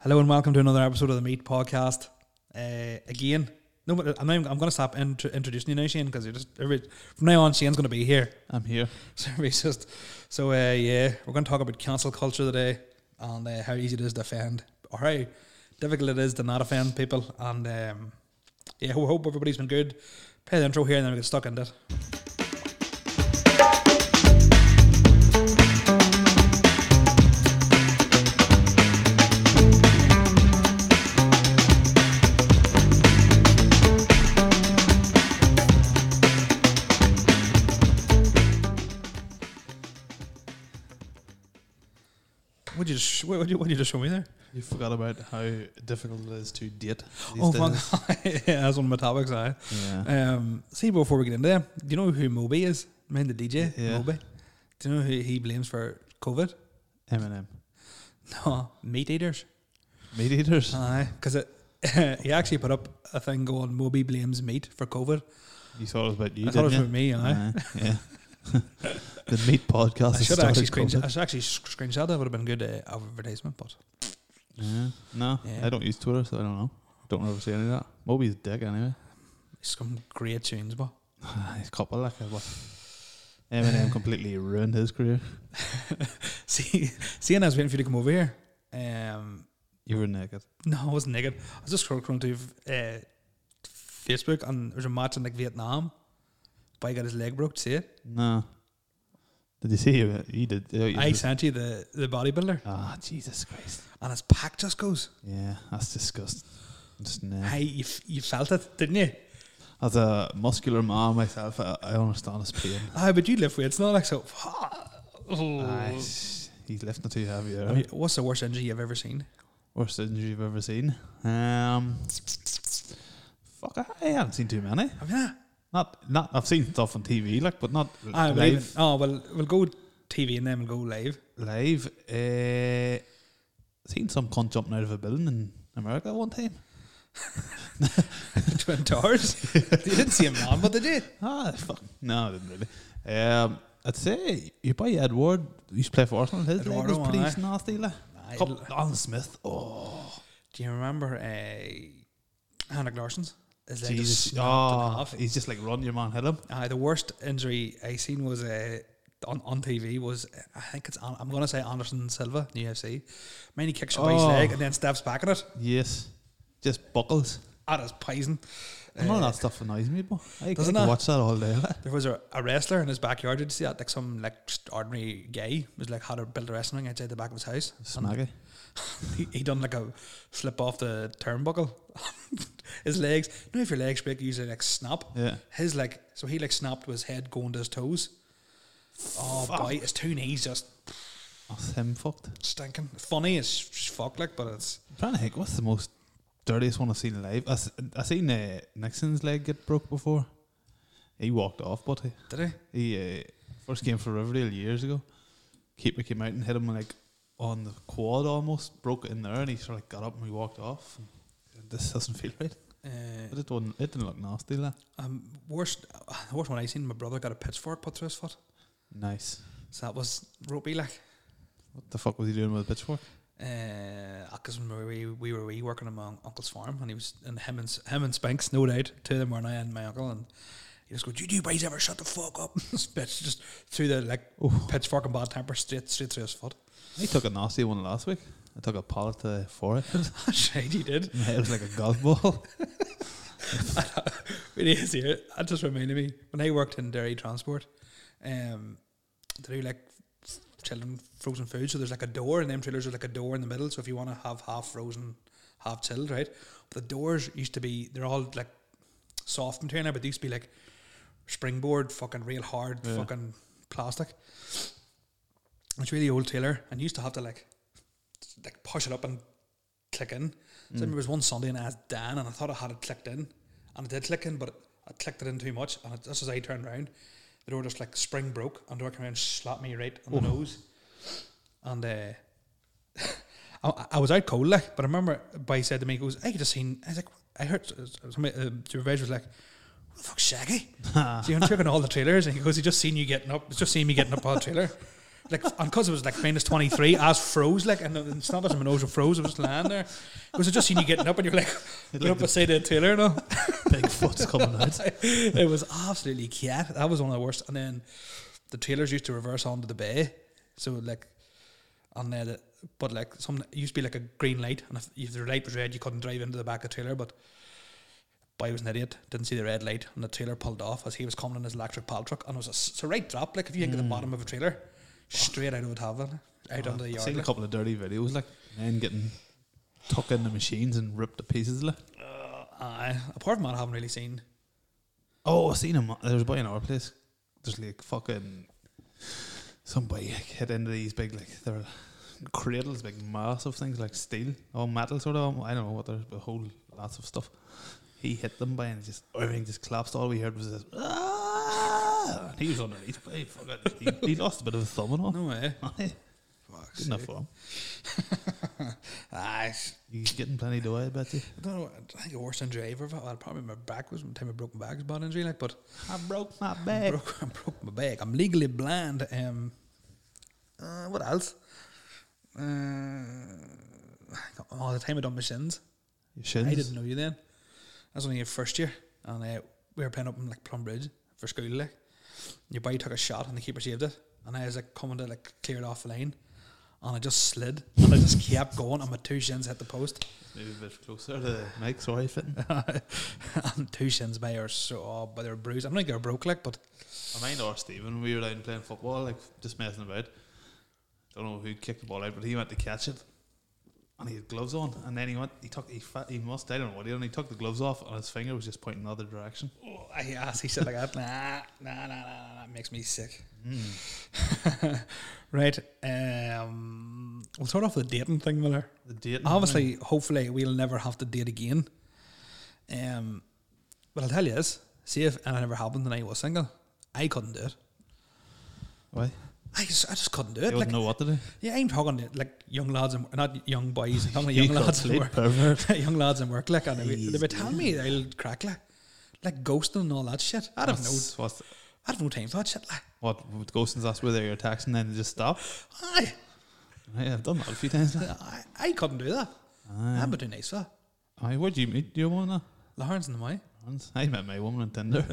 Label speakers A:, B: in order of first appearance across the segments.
A: Hello and welcome to another episode of the Meat Podcast. Uh, again, no, but I'm, not even- I'm going to stop intro introducing you now, Shane, because you're just every, from now on. Shane's going to be here.
B: I'm here.
A: So it's just so uh, yeah, we're going to talk about cancel culture today and uh, how easy it is to offend or how difficult it is to not offend people. And um, yeah, we hope everybody's been good. Play the intro here and then we get stuck in it. Would you just what would you, what you just show me there?
B: You forgot about how difficult it is to date. These
A: oh,
B: days.
A: fuck. yeah, that's one of my topics. Aye.
B: Yeah.
A: Um, see, before we get into them, do you know who Moby is? I mean, the DJ,
B: Yeah.
A: Moby. Do you know who he blames for COVID?
B: Eminem.
A: No, meat eaters.
B: Meat eaters.
A: Aye, because he actually put up a thing going, Moby blames meat for COVID.
B: You thought it was about you,
A: I thought it
B: didn't
A: was
B: you?
A: about me, aye.
B: Aye, yeah. the meat podcast.
A: I
B: has
A: should have actually
B: started
A: screenshot. I
B: COVID.
A: should actually sc- screenshot. That would have been good uh, advertisement, but
B: Yeah. No,
A: Yeah.
B: I don't use Twitter, so I don't know. Don't ever see any of that. Moby's dick anyway.
A: some great tunes, but
B: He's copper like a what? Eminem completely ruined his career.
A: see, seeing I was waiting for you to come over here. Um,
B: You were naked.
A: no, I wasn't naked. I was just scrolling through uh, Facebook, and there's a match in like Vietnam. Boy got his leg broke. See it?
B: No. Did you see it? You did. Oh, you
A: I
B: did.
A: sent you the the bodybuilder,
B: Ah, Jesus Christ.
A: and his pack just goes.
B: Yeah, that's disgusting. Just nah.
A: Hey, you, f- you felt it, didn't you?
B: As a muscular man myself, I, I understand his pain.
A: Ah, but you lift weights, not like so. Oh.
B: Aye, sh- he's lifting too heavy.
A: I
B: Or
A: mean, what's the worst injury you've ever seen?
B: Worst injury you've ever seen? Um, fuck, I, I haven't seen too many.
A: I mean, ah,
B: Not, not. I've seen stuff on TV, like, but not l-
A: ah, well, even-
B: live.
A: oh well, we'll go TV and then we'll go live.
B: Live. Uh, seen some cunt jumping out of a building in America one time.
A: Twin Towers. you didn't see a man, but they did.
B: Ah, fuck. No, I didn't really. Um, I'd say your boy Edward used to play for Arsenal. His leg
A: Eduardo,
B: was pretty
A: aye.
B: nasty, like.
A: Aye,
B: Cup-
A: l-
B: Alan Smith. Oh.
A: Do you remember uh, Henrik Larson's? His leg just
B: Jesus.
A: snapped in
B: Oh,
A: half.
B: he's just like, run your man, hit him.
A: Aye, Uh, the worst injury I seen was uh, on on TV was uh, I think it's An- I'm gonna say Anderson Silva in the UFC. Man, he kicks somebody's
B: Oh.
A: leg and then steps back at it.
B: Yes. Just buckles.
A: That is poison.
B: I know
A: Uh,
B: that stuff annoys me, but I
A: Doesn't
B: can
A: it?
B: watch that all day. like.
A: There was a, a wrestler in his backyard. Did you see that? Like some like just ordinary guy was like had to build a wrestling ring outside the back of his house. And
B: Smaggy.
A: he, he done like a slip off the turnbuckle. his legs. You know if your legs break, you usually like snap.
B: Yeah.
A: His like so he like snapped with his head going to his toes. Oh boy, his two knees just
B: That's him fucked.
A: stinking. Funny as sh- fuck, like, but it's
B: I'm trying to think, what's the most dirtiest one I've seen live? I, s- I seen uh, Nixon's leg get broke before. He walked off, but he,
A: did he?
B: he uh, first came for Riverdale years ago. Keeper came out and hit him like on the quad almost, broke it in there, and he sort of got up and he walked off. this doesn't feel right. But
A: Uh,
B: it, wasn't, it didn't look nasty, like.
A: um, worst, uh, the worst one I seen. My brother got a pitchfork put through his foot,
B: Nice.
A: so that was ropey like.
B: What the fuck was he doing with a pitchfork?
A: because Uh, when we, we were wee working on my uncle's farm, and he was and him and him and Spinks, no doubt, two of them were I and my uncle, and he just goes, "You two boys ever shut the fuck up?" this bitch just threw the like pitchfork and bad temper straight straight through his foot.
B: I took a nasty one last week. I took a pallet to forehead.
A: Shady did.
B: My head was like a golf ball.
A: it is here. That just reminded me when I worked in dairy transport. Um, they do like f- children frozen food. So there's like a door, and them trailers are like a door in the middle. So if you want to have half frozen, half chilled, right? But the doors used to be they're all like soft material, now, but they used to be like springboard, fucking real hard,
B: Yeah.
A: fucking plastic. It's really old trailer, and you used to have to like like push it up and click in. So I remember it was one Sunday and I asked Dan and I thought I had it clicked in and I did click in, but I clicked it in too much and it, just as I turned around, the door just like spring broke and the door came around and slapped me right on the nose. And uh, I, I was out cold like, but I remember by said to me, he goes, I could have seen, I was like, I heard somebody, uh, supervisor was like, who the fuck's Shaggy? so you're taking all the trailers and he goes, he just seen you getting up, it's just seen me getting up on the trailer. Like, and because it was like minus 23, I was froze, like, and it's not as my nose was froze, I was lying there. It was just seen you getting up, and you're like,
B: Like
A: you're up
B: the-
A: beside the tailor, no?
B: Big foot's coming out.
A: it was absolutely cat. That was one of the worst. And then the trailers used to reverse onto the bay, so like, and then it- but like some it used to be like a green light, and if, if the light was red, you couldn't drive into the back of the trailer. But boy was an idiot, didn't see the red light, and the trailer pulled off as he was coming in his electric pal truck, and it was a, s- it's a right drop. Like if you think of the bottom of a trailer, straight out of it, having out onto the
B: Oh, I've
A: yard.
B: seen a
A: like.
B: couple of dirty videos like men getting tucked in the machines and ripped to pieces. Like.
A: Uh, aye. apart from that, I haven't really seen.
B: Oh, I seen him. There was a boy in our place. There's like fucking somebody like, hit into these big like they're cradles, big massive things like steel or metal sort of. I don't know what there's a whole lots of stuff. He hit them by and it just everything just collapsed. All we heard was this. "Ah!" And he was underneath. But he, fucking, he, he lost a bit of his thumb and all.
A: No way.
B: Aye, Good enough for him.
A: Aye,
B: He's getting plenty of dough, I bet you.
A: I don't know. I think the worst injury I ever had. Well, probably my back was the time I broke my back's bad injury. Like, but
B: I broke my
A: I
B: back.
A: broke, I broke my back. I'm legally blind. Um, uh, what else? Uh, all the time I done my shins.
B: Your shins.
A: I didn't know you then. I was only in first year, and uh, we were playing up in like Plumbridge for school. Like, your boy took a shot, and the keeper saved it. And I was like coming to like clear it off the line, and I just slid, and I just kept going, and my two shins hit the post.
B: Maybe a bit closer to the mic. Sorry, fitting.
A: and two shins by are so oh, but they're bruised. I don't think they're broke like, but
B: I mind or Stephen, we were down playing football, like just messing about. Don't know who kicked the ball out, but he went to catch it, and he had gloves on. And then he went, he took, he fa he must, I don't know what he done. He took the gloves off, and his finger was just pointing the other direction.
A: oh, I asked he said like that. Nah, nah, nah, nah, nah, nah, it makes me sick.
B: Hmm.
A: right, um, we'll start off with the dating thing, Miller.
B: The date,
A: Obviously, hopefully, we'll never have to date again. Um, but I'll tell you this: see if and it never happened, and I was single, I couldn't do it.
B: why?
A: I just, I just couldn't do
B: They
A: it. Like,
B: wouldn't know what to do.
A: yeah, I'm talking to like young lads and not young boys. I'm talking to
B: You
A: young
B: got
A: lads and
B: sleep
A: work.
B: pervert.
A: young lads in work like and they,
B: Jeez,
A: they were telling me they'll crack like, like ghosting and all that shit. I'd have no
B: That's what,
A: I'd have no time for that shit like
B: what with ghosting? That's where they're attacks, and then they just stop.
A: I
B: Right, I've done that a few times. now.
A: I, I couldn't do that. I'm not too nice for that.
B: Aye, where'd you meet your woman?
A: Lawrence and the May.
B: At? I met my woman on Tinder.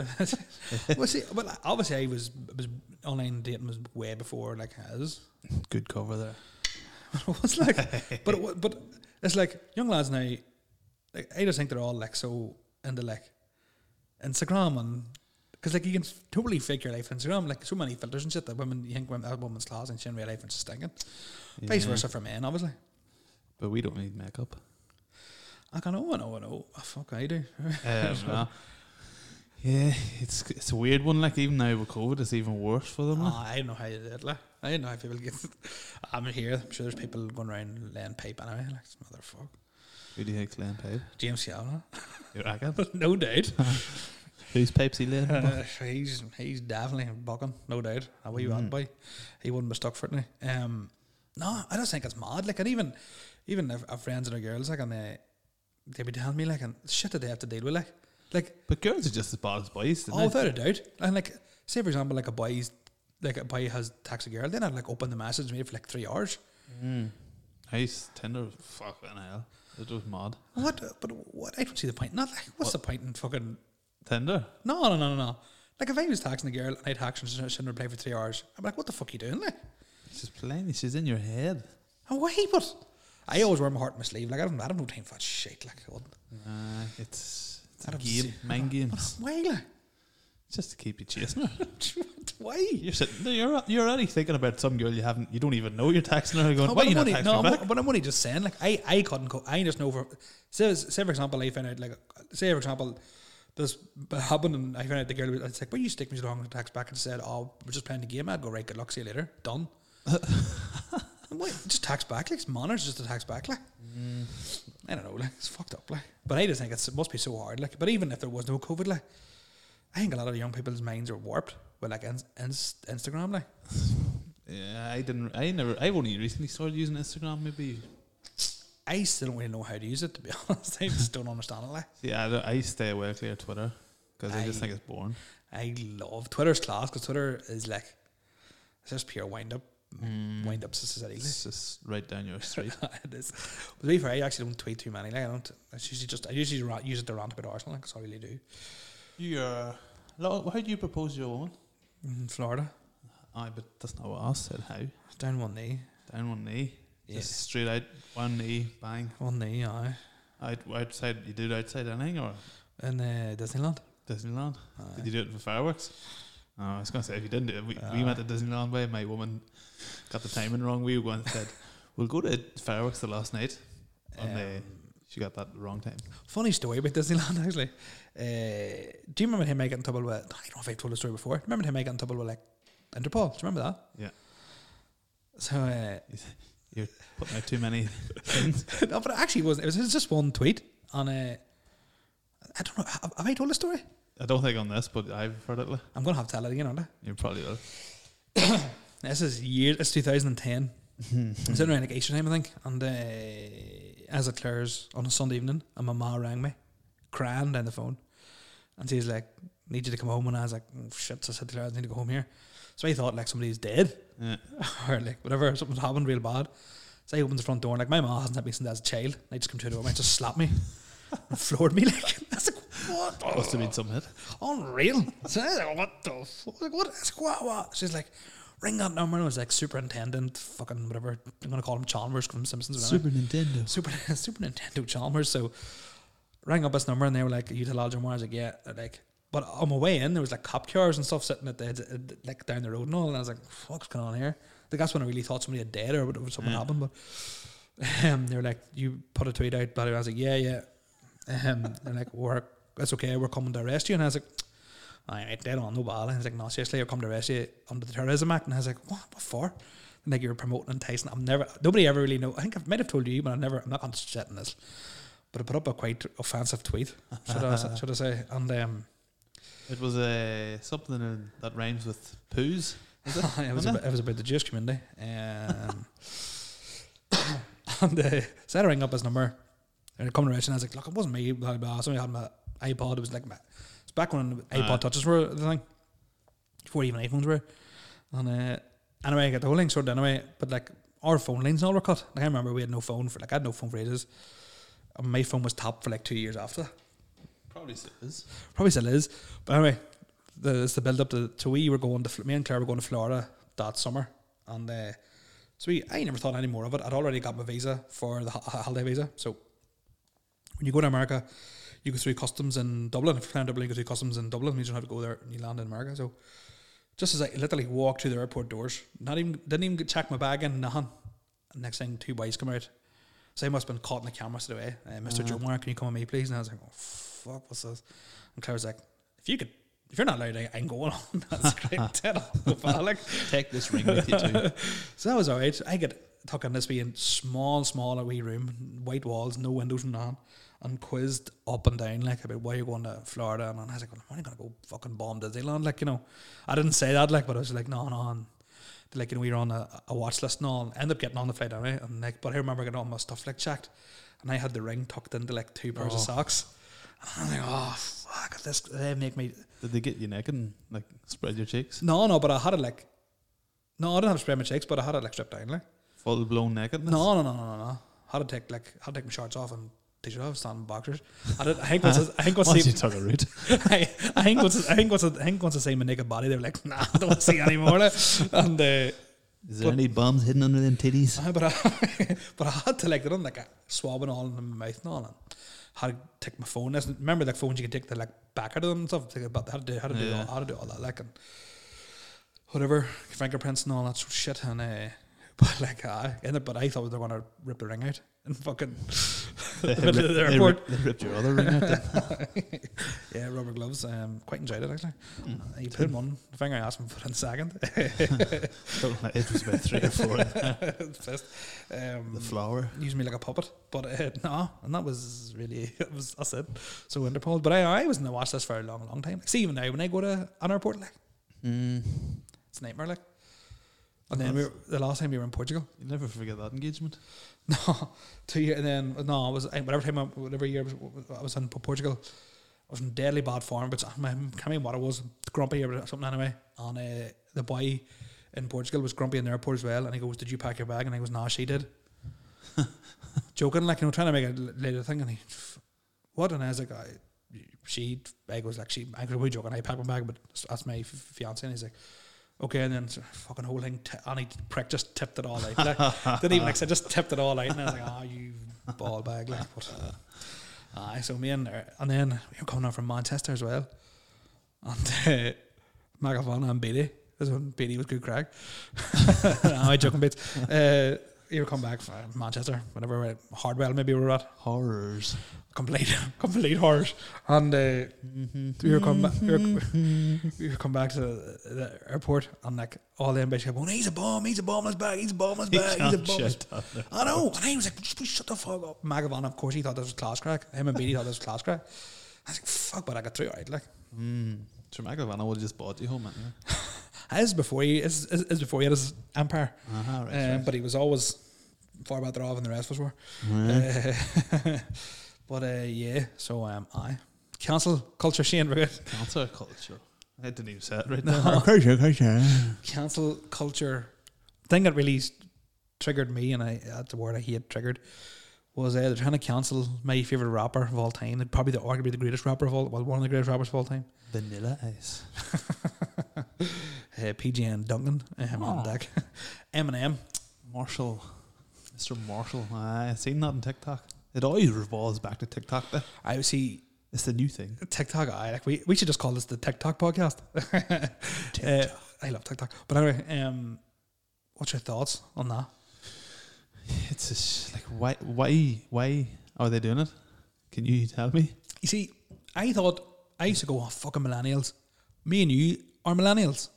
A: well see well obviously I was I was online dating was way before like his.
B: Good cover there.
A: it was like but it, wa- but it's like young lads now like I just think they're all like so into like Instagram and because like you can totally fake your life on Instagram like so many filters and shit that women you think women, that woman's class and she in real life and she's stinking vice
B: Yeah.
A: versa for men obviously
B: But we don't need makeup.
A: I can oh I know I know oh, fuck I do
B: Um, uh, yeah, it's it's a weird one. Like even now with COVID, it's even worse for them. like.
A: Ah, I don't know how you did like I don't know how people get I'm here I'm sure there's people going around laying pipe anyway like motherfucker
B: Who do you think's laying pipe?
A: James Cameron
B: You reckon?
A: no doubt
B: Whose pipes he laying?
A: Uh, he's he's definitely bucking, no doubt. A wee bad boy. He wouldn't be stuck for it now. Um, no, I just think it's mad. Like, and even even if our friends and our girls, like, and they they be telling me like, and shit that they have to deal with, like, like
B: but girls are just as bad as boys.
A: oh,
B: Oh,
A: without a doubt. And like, say for example, like a boy's like a boy has text a girl, then I'd like open the message and wait for like three hours.
B: Nice Tinder. Fucking hell, it was mad.
A: What? But what? I don't see the point. Not like, what's the point in fucking
B: Tinder.
A: no, no, no, no, no. Like if I was texting a girl and I text her and she shouldn't reply for three hours, I'm like, what the fuck are you doing? Like,
B: She's playing. She's in your head.
A: Oh, why? But I always wear my heart in my sleeve. Like I don't, I don't know time for that shit. Like, I wouldn't.
B: Uh, it's it's
A: I
B: a
A: don't
B: game,
A: see-
B: mind games,
A: why? Like,
B: just to keep you chasing. her.
A: why?
B: You're sitting there. You're you're already thinking about some girl you haven't. You don't even know. You're texting her. Going, why
A: Oh, but,
B: you
A: I'm
B: not
A: only,
B: texting
A: no,
B: me back?
A: I'm, but I'm only just saying. Like I, I couldn't. Co- I just know for say, say for example, I found out like say for example. This happened, and I found out the girl. was It's like, "Why you stick me so long?" And text back and said, "Oh, we're just playing the game." I'd go, "Right, good luck. See you later." Done. and why just text back? Like it's manners just to text back. Like
B: Mm.
A: I don't know. Like it's fucked up. Like, but I just think it's, it must be so hard. Like, but even if there was no COVID, like, I think a lot of young people's minds are warped with like ins- ins- Instagram. Like,
B: Yeah, I didn't. I never. I only recently started using Instagram. Maybe
A: I still don't really know how to use it. To be honest, I just don't understand it. Like,
B: Yeah, I, don't- I stay away clear of Twitter because I, just
A: I-
B: think it's boring.
A: I love Twitter's class because Twitter is like it's just pure wind up wind ups society.
B: It's just right down your street.
A: it is. But to be fair, I actually don't tweet too many. Like I don't. It's usually just I usually ra- use it to rant about Arsenal. Like 'cause I really do.
B: You're. uh, How do you propose your woman?
A: In Mm-hmm. Florida,
B: Aye, but that's not what I said. How?
A: down one knee,
B: Down one knee.
A: Yeah.
B: Just straight out, one knee, bang.
A: one knee, aye,
B: Out, outside, you do it outside anything or
A: in uh, Disneyland.
B: Disneyland? Did
A: Aye.
B: you do it for fireworks? Oh, I was going to say, if you didn't do it, we, we
A: Aye.
B: went to Disneyland way. My woman got the timing wrong. We went and said, we'll go to fireworks the last night. on the-
A: Um,
B: She got that the wrong time.
A: Funny story about Disneyland, actually. Uh, do you remember him I got in trouble with? I don't know if I told the story before. Remember him I got in trouble with like Interpol? Do you remember that?
B: Yeah.
A: So uh,
B: Putting out too many things.
A: no, but it actually wasn't. It was, it was just one tweet on a. I don't know. Have, have I told the story?
B: I don't think on this, but I've heard it. like,
A: I'm gonna have to tell it again, aren't I?
B: You probably will.
A: This is years. It's 2010.
B: Hmm.
A: It's in around like Easter time, I think. And uh, as it clears on a Sunday evening, and my ma rang me, crying down the phone, and she's like, "Need you to come home." And I was like, oh, "Shit!" So I said to her, "I need to go home here." So I thought like somebody's dead
B: Yeah.
A: or like whatever, something's happened real bad. So I opened the front door and like my mom hasn't had me since I was a child. And I just come to the door and just slapped me, and floored me like that's like what the
B: Must have been some hit.
A: unreal. So I was like, what the fuck? Like, what is what, what? She's like, ring that number. And it was like, superintendent, fucking whatever. I'm going to call him Chalmers from Simpsons. Super,
B: Nintendo.
A: Super, Super Nintendo Chalmers. So rang up his number and they were like, you to lodge him? I was like, yeah. They're like, but on my way in, there was like cop cars and stuff sitting at the, like down the road and all. And I was like, fuck's going on here? Like, that's when I really thought somebody had dead or whatever, something
B: Yeah.
A: happened. But um, they were like, "You put a tweet out," but I was like, "Yeah, yeah." Um, they're like, "We're that's okay. We're coming to arrest you." And I was like, "All right, dead on, no bother." And he's like, "No, seriously, we're coming to arrest you under the Terrorism Act." And I was like, "What? What for?" And like you're promoting enticing. I'm never. Nobody ever really know. I think I might have told you, but I never. I'm not going to sit in this. But I put up a quite offensive tweet. Should I, should I say? And um,
B: It was uh, something in- that rhymes with poos.
A: it was
B: Wasn't
A: about, it was about the Jewish community. Um, and uh, so I rang up his number and I come to Rich and I was like, look, it wasn't me, blah, blah, blah. Somebody had my iPod. It was like my, it's back when iPod
B: Aye.
A: touches were the thing, before even iPhones were. And uh, anyway, I got the whole thing sorted anyway, but like our phone lines and all were cut. Like I remember we had no phone for, like I had no phone for ages. And my phone was tapped for like two years after that
B: Probably says.
A: probably still is. But anyway, the, it's the build up to. So we were going to Fl- me and Claire were going to Florida that summer, and uh, so we I never thought any more of it. I'd already got my visa for the ho- ho- holiday visa. So when you go to America, you go through customs in Dublin. If you're in Dublin, you go through customs in Dublin. You don't have to go there and you land in America. So just as I literally walked through the airport doors, not even didn't even check my bag in nothing. And next thing, two boys come out. So I must have been caught in the camera straight away. Uh, mister Joe Mark, can you come with me, please? And I was like, oh, fuck, what's this? And Claire was like, if you could, if you're not allowed, I, I'm going on. That's great. Dead on the file, like.
B: Take this ring with you too.
A: So that was all right. I get tucked in this wee small, small wee room, white walls, no windows and none, and quizzed up and down like about why you're going to Florida. And I was like, I'm only gonna go fucking bomb Disneyland, like you know. I didn't say that, like, but I was like, no, no. And they're like, you know, we were on a, a watch list and all. And ended up getting on the flight anyway. And like, but I remember getting all my stuff like checked, and I had the ring tucked into like two pairs
B: Oh.
A: of socks. And I'm like, oh fuck, this they make me
B: Did they get you naked and like spread your cheeks?
A: no, no. But I had it like, no, I didn't have spray my cheeks, but I had it like stripped down, like.
B: Full blown nakedness?
A: No, no, no, no, no, no. How to take like how to take my shorts off and t-shirt off, stand in boxers. I, did, I think once I, I think once
B: Once you
A: they,
B: took a route.
A: I, I think once I think once I think once I see my naked body, they were like, nah, I don't want to see anymore. like. and uh,
B: Is
A: there But-
B: any bombs hidden under them titties?
A: aye, but I, but I had to like they done like a swabbing all in my mouth and all. And how to take my phone? That's- Remember like phones you could take the like back out of them and stuff. Take about how to do how to do
B: Yeah.
A: all, how to do all that like and whatever fingerprints and all that sort of shit and. Uh, but like, "Ah, I ended, but I thought they were gonna rip the ring out and fucking
B: They,
A: the middle of the
B: ripped-
A: airport.
B: They, ripped- they ripped your other ring out. then.
A: yeah, rubber gloves. Um, quite enjoyed it actually. He put in one finger, I asked him to put in second.
B: Don't lie, it was about three or four.
A: Fist. Um,
B: the flower.
A: used me like a puppet, but uh, no, and that was really that was that's it. So Interpol, but I I was in the watch list for a long, long time. Like, see, even now when I go to an airport, like
B: Mm.
A: it's a nightmare, like. And then we were, the last time we were in Portugal,
B: You'll never forget that engagement.
A: no, two year, and then no, it was I- whatever time, I, whatever year I was, I was in Portugal, I was in deadly bad form, but I can't remember what it was, grumpy or something anyway. And uh, the boy in Portugal was grumpy in the airport as well, and he goes, "Did you pack your bag?" And I goes, "Nah, she did." Joking, like you know, trying to make it a little thing, and he, what? And I was like, I, she, I goes like, she, I goes, we joking. I packed my bag, but that's my f- fiance, and he's like. Okay, and then s- fucking whole thing, t- and he prick just tipped it all out. Like, didn't even like I said, just tipped it all out, and I was like, "Ah, you ball bag!" Like, but, aye, so me and her- and then we were coming up from Manchester as well, and uh, Magavana and Beatty. This one, Beatty was good crack. I joking bits. Uh, he would come back from Manchester, whenever we're at Hardwell, maybe we were at
B: Horrors.
A: complete, complete horse. And uh, we were coming back, we were, we were come back to the, the airport, and like all the ambitious going, "He's a bomb! He's a bomb! in His bag! He's a bomb! in His bag! He's a bomb!" in his I know. And I was like, just please shut the fuck up. Magavan, of course, he thought this was class crack. Him and Beatty thought this was class crack. I was like, fuck, but I got through all right. Like,
B: Mm. Sure, McAvanna would have just bought you home, man. Yeah.
A: this is before he, this is, this is before he had his empire.
B: Uh-huh, right,
A: Um,
B: right.
A: But he was always far better off than the rest of us were.
B: Hmm.
A: Uh, but uh, yeah, so um, I cancel culture Shane Root.
B: Cancer culture. I didn't even say it right
A: No.
B: now. Culture, culture.
A: Cancel culture thing that really s- triggered me, and I that's the word I hate triggered. Was uh, they're trying to cancel my favorite rapper of all time? and Probably the arguably the greatest rapper of all, well, one of the greatest rappers of all time,
B: Vanilla ice.
A: uh, PGN Duncan um, on
B: Aw.
A: deck, Eminem.
B: Marshall. Mr. Marshall. Aye, I seen that on TikTok. It always revolves back to TikTok. Though.
A: I would see
B: It's the new thing.
A: TikTok. I like we, we should just call this the TikTok podcast. Uh, I love TikTok, but anyway, um, what's your thoughts on that?
B: It's just like why why why are they doing it? Can you tell me?
A: You see, I thought I used to go, oh, fucking millennials. Me and you are millennials.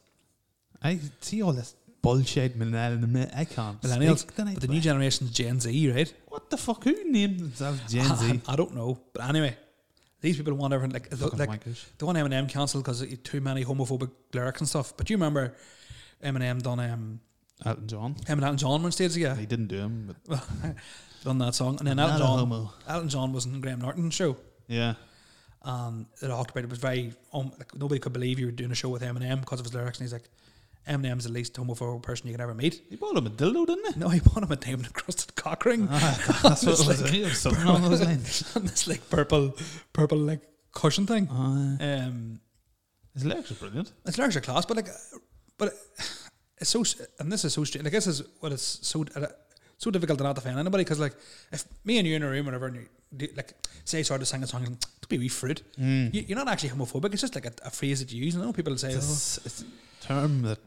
B: I see all this bullshit millennial. I can't.
A: Millennials.
B: speak tonight,
A: But the
B: boy.
A: new generation's Gen Z, right?
B: what the fuck? Who named themselves Gen Z?
A: Ah, I, I don't know. But anyway, these people want everything. Like, the,
B: Fucking
A: like
B: wankers.
A: the one Eminem cancelled because too many homophobic lyrics and stuff. But do you remember Eminem done um,
B: Elton John.
A: him and Elton John were on stage together?
B: He didn't do him, but
A: done that song. And then
B: Not
A: Elton
B: a
A: John,
B: homo.
A: Elton John was in Graham Norton's show.
B: Yeah.
A: and they talked about it was very um, like nobody could believe you were doing a show with Eminem because of his lyrics, and he's like, Eminem's the least homophobic person you could ever meet.
B: He bought him a dildo, didn't he?
A: No, he bought him a diamond encrusted cock ring,
B: Ah, that's what
A: It's
B: it was.
A: like-
B: eh? It was something along those lines.
A: and this like purple, purple like cushion thing.
B: Aye.
A: Um,
B: his lyrics are brilliant.
A: it's lyrics are class, but like, uh, but it's so s- and this is so strange. Like this is what it's so uh, so difficult to not defend anybody because like if me and you in a room, whatever, and you, do- like say sort of sing a song, and to be wee fruit, you, you're not actually homophobic. It's just like a, a phrase that you use. And I know people say, oh,
B: Mm. It's, it's a term that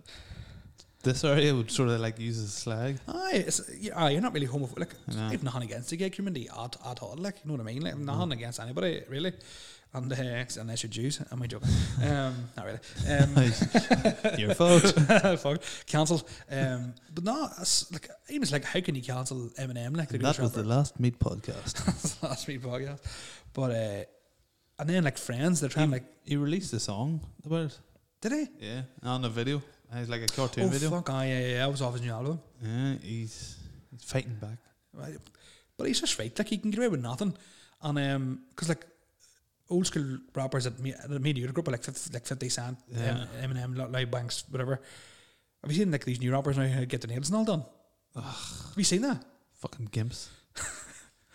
B: this area would sort of like use as slag.
A: Aye, it's, you- aye, you're not really homophobic. Like,
B: No.
A: I've nothing against the gay community at, at all. Like, you know what I mean? Like, I'm
B: Mm.
A: nothing against anybody really, and uh, unless you're Jews. Am I joking? um, not really. Um,
B: Your fault.
A: fuck, cancelled. Um, but no, it's like he was like, how can you cancel Eminem? Like the
B: that was
A: greatest
B: the
A: rapper?
B: last meat podcast.
A: That's the last week podcast. But uh, and then like Friends, they're trying like,
B: He released a song about it.
A: did he?
B: Yeah, on a video. Uh, It's like a cartoon
A: Oh
B: video.
A: fuck! Aye, yeah, yeah, yeah, I was off his new album.
B: Yeah, he's, he's fighting back.
A: Right. But he's just right. Like he can get away with nothing, and um, because like old school rappers that me, that me and you grew up with, like 50, like Fifty Cent,
B: Yeah.
A: M Eminem, Lo- Lloyd Banks, whatever. Have you seen like these new rappers now who get their nails and all done? Have you seen that?
B: Fucking gimps.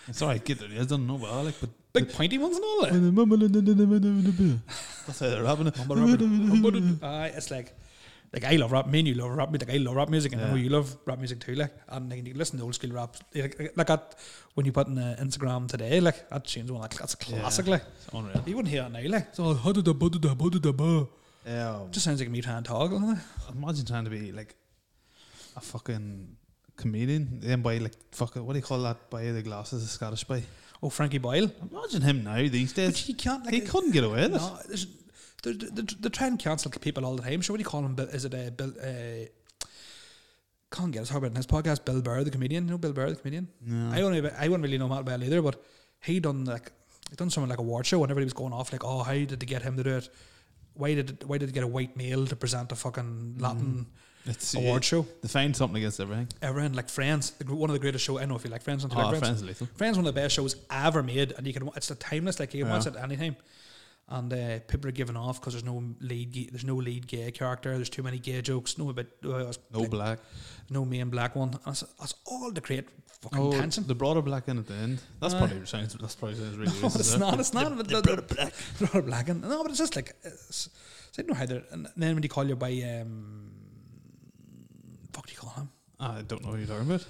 B: I'm sorry, get their nails done. No, but I like, but.
A: Big pointy ones and all that.
B: That's how they're rapping.
A: Humble rapper. Humble- Aye, it's like like I love rap. Me and you love rap music. Like I love rap music, and I know
B: Yeah.
A: you love rap music too. Like and like, you listen to old school rap. Like, like that when you put on uh, Instagram today, like that changed one. Like that's a classic. Like
B: It's unreal.
A: you wouldn't hear it now. Like it's all how did the bud da bud da ba.
B: Yeah.
A: Just sounds like me trying to talk. doesn't it?
B: imagine trying to be like a fucking comedian, then by like fucking what do you call that by the glasses, a Scottish by.
A: Oh, Frankie Boyle.
B: Imagine him now these
A: But
B: days.
A: he can't. Like,
B: he couldn't get away with it.
A: No, there's- they're, they're, they're trying to cancel people all the time. So what do you call him? Bill- Is it a Bill? Uh, can't get us hard in his podcast. Bill Burr, the comedian. You know Bill Burr, the comedian.
B: No.
A: I don't. Even, I wouldn't really know Matt Bell either, but he done like he done something like a award show. Whenever he was going off, like, oh, how did they get him to do it? Why did why did they get a white male to present a fucking Latin
B: It's
A: award show?
B: They find something against everything.
A: Everyone like Friends, the gr- one of the greatest show I know if you like Friends. don't you
B: Oh,
A: like
B: friends lethal.
A: Friends is one of the best shows ever made, and you can wa- it's the timeless. Like you can watch it anytime. and uh, people are giving off because there's no lead, ga- there's no lead gay character. There's too many gay jokes. No, but uh,
B: No black.
A: no main black one. And that's, that's all to create fucking
B: Oh,
A: tension.
B: they brought a black in at the end. That's
A: Uh,
B: probably sounds. That's probably sounds really
A: No,
B: racist.
A: it's
B: there.
A: not. It's not. But
B: They
A: the-
B: brought a black.
A: They're all black and no, but it's just like it's, so I don't know how they're. And then when you call you by um, fuck do you call him?
B: I don't know what you're talking about.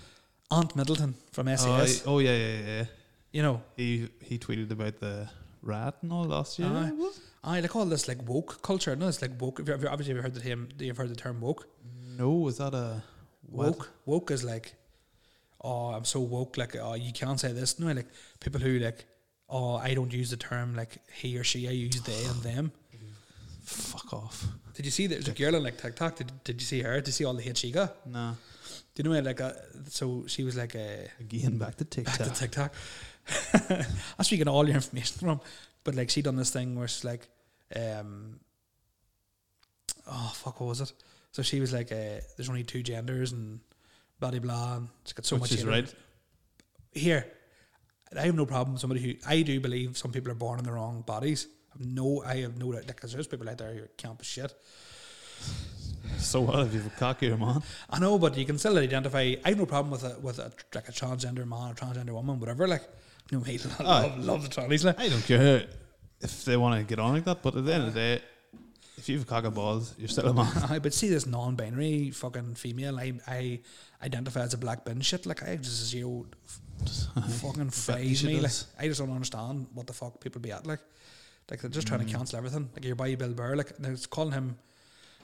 A: Aunt Middleton from
B: Oh, I-
A: SAS.
B: oh yeah, yeah, yeah, yeah.
A: you know,
B: He he tweeted about the rat and all last year.
A: Aye.
B: it was?
A: I like all this like woke culture. No, it's like woke. If you have obviously you've heard the term, you've heard the term woke.
B: No, was that a what?
A: Woke, woke is like, oh, I'm so woke. Like, oh, you can't say this. No, like people who like, oh, I don't use the term like he or she. I use they and them.
B: Fuck off.
A: Did you see there's a girl on like TikTok? Did, did you see her? Did you see all the hate she got?
B: Nah.
A: Do you know like uh, so she was like uh, a
B: Again, back to
A: back to TikTok.
B: TikTok.
A: That's where you get all your information from. But like she done this thing where she's like, um, oh fuck, what was it? So she was like, uh, there's only two genders and blah blah blah. And she's got so
B: Which
A: much.
B: is
A: hate on
B: right.
A: it. Here, I have no problem with somebody who I do believe some people are born in the wrong bodies. I've no, I have no doubt because there's people out there who are camp as shit.
B: So what if you've a cocky man?
A: I know, but you can still identify. I have no problem with a with a like a transgender man or transgender woman, whatever. Like, no, me, I love, love the trannies. Like,
B: I don't care if they want to get on like that, but at the end of the day, if you've a cock and balls, you're still a man.
A: I but see this non-binary fucking female. I I identify as a black bin shit. Like I just zero f- fucking phase
B: shit
A: me. Like
B: is.
A: I just don't understand what the fuck people be at. Like like they're just trying to cancel everything. Like you're by Bill Burr. Like they're just calling him,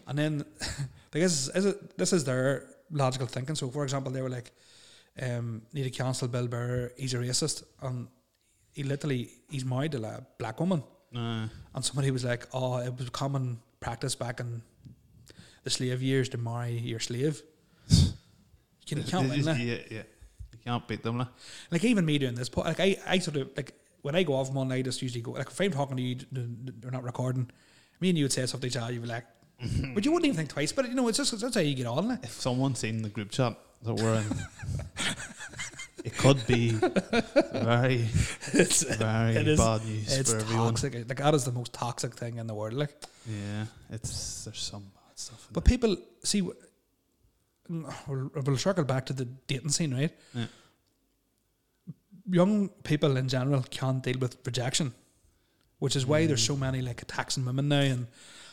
A: and then like is is it this is their logical thinking. So for example, they were like, um, need to cancel Bill Burr. He's a racist, and he literally he's married to a black woman.
B: Uh,
A: And somebody was like, "Oh, it was common practice back in the slave years to marry your slave." You know, you can't
B: they
A: win
B: just-
A: that.
B: yeah, yeah. You can't beat them. Like.
A: Like even me doing this, po- like I, I sort of like when I go off one night, I just usually go like if I'm talking to you, d- d- d- we're not recording. Me and you would say something to each other, you'd be like, but you wouldn't even think twice. But you know, it's just that's how you get on. Like.
B: If someone's seen the group chat that we're in, it could be very,
A: It's uh,
B: very
A: it is-
B: bad news
A: it's
B: for everyone.
A: toxic. Like that is the most toxic thing in the world. Like,
B: Yeah, it's there's some bad stuff. In
A: but people see. w- mm, We'll, we'll circle back to the dating scene, right?
B: there. Yeah.
A: young people in general can't deal with rejection, which is why there's so many like attacks on women now and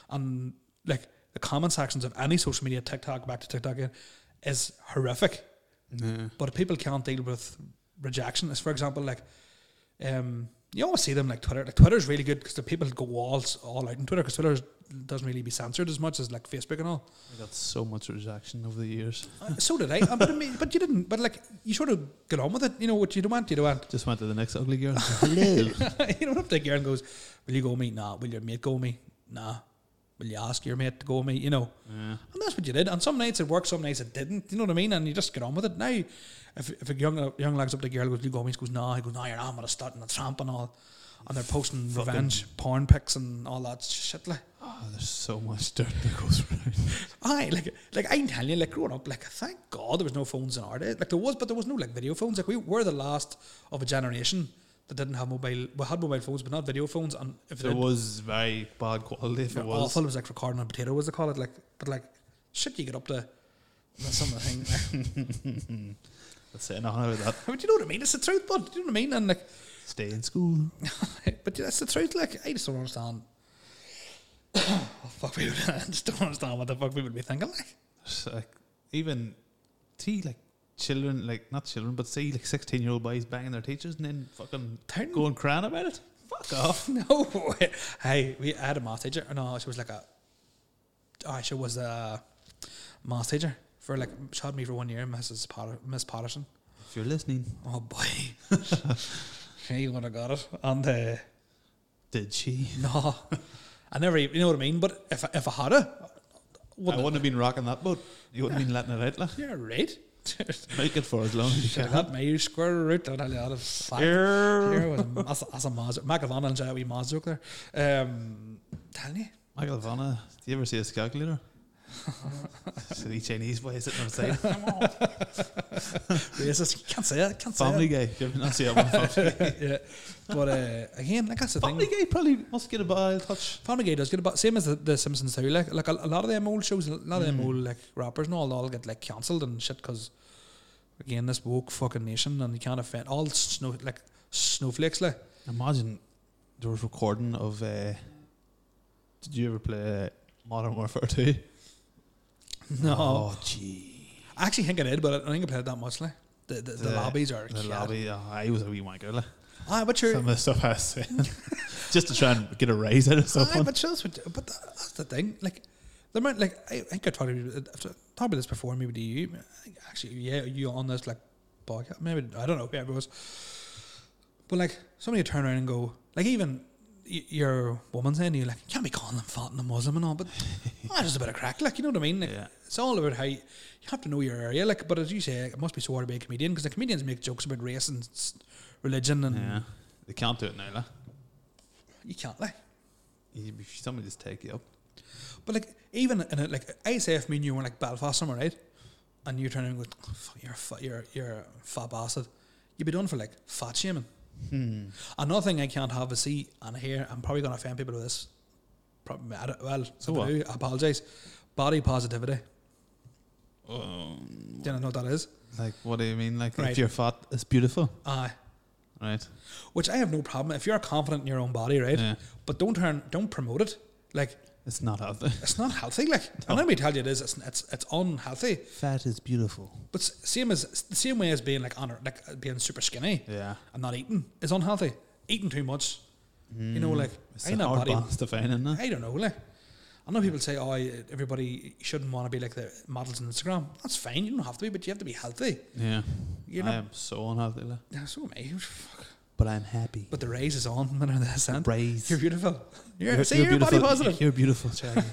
A: and like the comment sections of any social media, TikTok, back to TikTok again, is horrific.
B: Yeah.
A: But if people can't deal with rejection. Is for example like um you always see them like Twitter. Like Twitter's really good because the people go all all out on Twitter because Twitter doesn't really be censored as much as like Facebook and all.
B: I got so much rejection over the years.
A: Uh, so did I, Uh, but I mean, but you didn't. But like you sort of get on with it. You know what you don't want. You don't want.
B: Just went to the next ugly girl. Hello.
A: you don't have to girl and goes, Will you go with me? Nah. Will your mate go with me? Nah. Will you ask your mate to go with me? You know.
B: Yeah.
A: And that's what you did. And some nights it worked, some nights it didn't. You know what I mean? And you just get on with it. Now, if, if a young young lag's up to a girl and goes, Will you go with me? She goes, Nah. He goes, Nah, you're not. I'm going to start in the tramp and all. And they're posting revenge porn pics and all that shit. Like,
B: Oh, there's so much dirt that goes around.
A: aye, like, like I'm telling you, like growing up, like thank God there was no phones in our day. Like there was, but there was no like video phones. Like we were the last of a generation that didn't have mobile. We had mobile phones, but not video phones. And if
B: There
A: did,
B: was very bad quality. If
A: They're
B: it was,
A: awful. It was like recording on potato, was they call it? Like, but like, shit, you get up to that's some of the thing.
B: that's it. Enough about that.
A: I mean, do you know what I mean? It's the truth, bud. Do you know what I mean? And like,
B: Stay in school.
A: but that's the truth. Like, I just don't understand. oh, fuck people! I just don't understand what the fuck people be thinking. Like,
B: There's, like even see like children, like not children, but see like sixteen-year-old boys banging their teachers and then fucking
A: Turn-
B: going crying about it. Fuck off.
A: no. hey, we I had a math teacher. No, she was like a. Oh, she was a math teacher for like she had me for one year, Mrs. Potter, Miss Patterson.
B: If you're listening,
A: Oh boy, she would have got it. And uh,
B: did she?
A: No, I never. even- You know what I mean? But if I- if I had it,
B: I
A: wouldn't
B: wouldn't have been rocking that boat. You wouldn't have been letting it out. Like.
A: I? Yeah, right.
B: Make it for as long as you
A: Should have got
B: can.
A: my square root out of a lot of fact.
B: Here.
A: Here was a, that's, a- that's a Maz McAvan and a wee Maz joke there. Um, tell you,
B: Michael Vanna, do you ever see his calculator? Silly Chinese boy sitting on the side. Come on.
A: Racist. Can't say it. Can't
B: Family
A: say
B: Guy. You ever not see that one? Family Guy?
A: it. yeah. But uh, again, like that's the
B: Family
A: thing.
B: Guy probably must get a bad touch.
A: Family Guy does get about same as the, the Simpsons too. Like like a, a lot of them old shows, a lot of them
B: Mm.
A: old like rappers and all, all get like cancelled and shit because again this woke fucking nation and you can't offend all snow like snowflakes like.
B: Imagine there was recording of. Uh, did you ever play Modern Warfare 2?
A: No,
B: Oh, gee.
A: I actually think I did, but I don't think I played it that much like. The, the, the,
B: The-
A: lobbies are
B: The
A: shit.
B: lobby. Oh, I was a wee wanker. Like.
A: Aye, but you're
B: Some of the stuff I was saying. Just to try and get a rise out of
A: Aye,
B: someone.
A: but sure, that's what, but that, that's the thing. Like, the amount, like, I, I think I talked about, it- I've talked about this before, maybe to you. Actually, yeah, you on this, like, podcast. Maybe, I don't know, yeah, it was. But, like, somebody would turn around and go, like, even y- your woman saying to you, like, you can't be calling them fat and a Muslim and all, but that's just a bit of crack, like, you know what I mean? Like,
B: Yeah.
A: It's all about how you, you have to know your area, like, but as you say, it must be so hard to be a comedian because the comedians make jokes about race and s- religion and
B: Yeah. They can't do it now, lah.
A: you can't, like.
B: You- If somebody just take you up.
A: But like even in a, like I say if me and you were in, like Belfast somewhere, right? And you turn around and go, "Oh, fuck, you're a fat, you're you're a fat bastard. You'd be done for like fat shaming.
B: Hmm.
A: Another thing I can't have is see and hear. I'm probably gonna offend people with this. Probably, I don't- well,
B: So
A: if I
B: what?
A: do, I apologize. Body positivity.
B: Um,
A: Do you know what that is?
B: like, what do you mean? Like,
A: Right.
B: if you're fat, it's beautiful,
A: Aye.
B: right?
A: which I have no problem. If you're confident in your own body, right?
B: Yeah.
A: But don't turn, don't promote it. Like
B: It's not healthy.
A: it's not healthy. Like and let me tell you, it is. It's it's, it's unhealthy.
B: Fat is beautiful.
A: But s- same as the same way as being like on like uh, being super skinny
B: Yeah.
A: and not eating is unhealthy. Eating too much, you know, like
B: Mm, It's
A: I
B: a
A: know
B: hard
A: body.
B: balance to find, isn't it?
A: I don't know, like I know people say, oh, everybody shouldn't want to be like the models on Instagram. That's fine. You don't have to be, but you have to be healthy.
B: Yeah.
A: You
B: I
A: know,
B: am so unhealthy, like.
A: Yeah, so am I. Fuck.
B: But um, I'm happy.
A: But the raise is on. Minute of this, end.
B: Praise.
A: You're beautiful. You're, see, you're, body
B: beautiful.
A: positive.
B: You're beautiful, Charlie.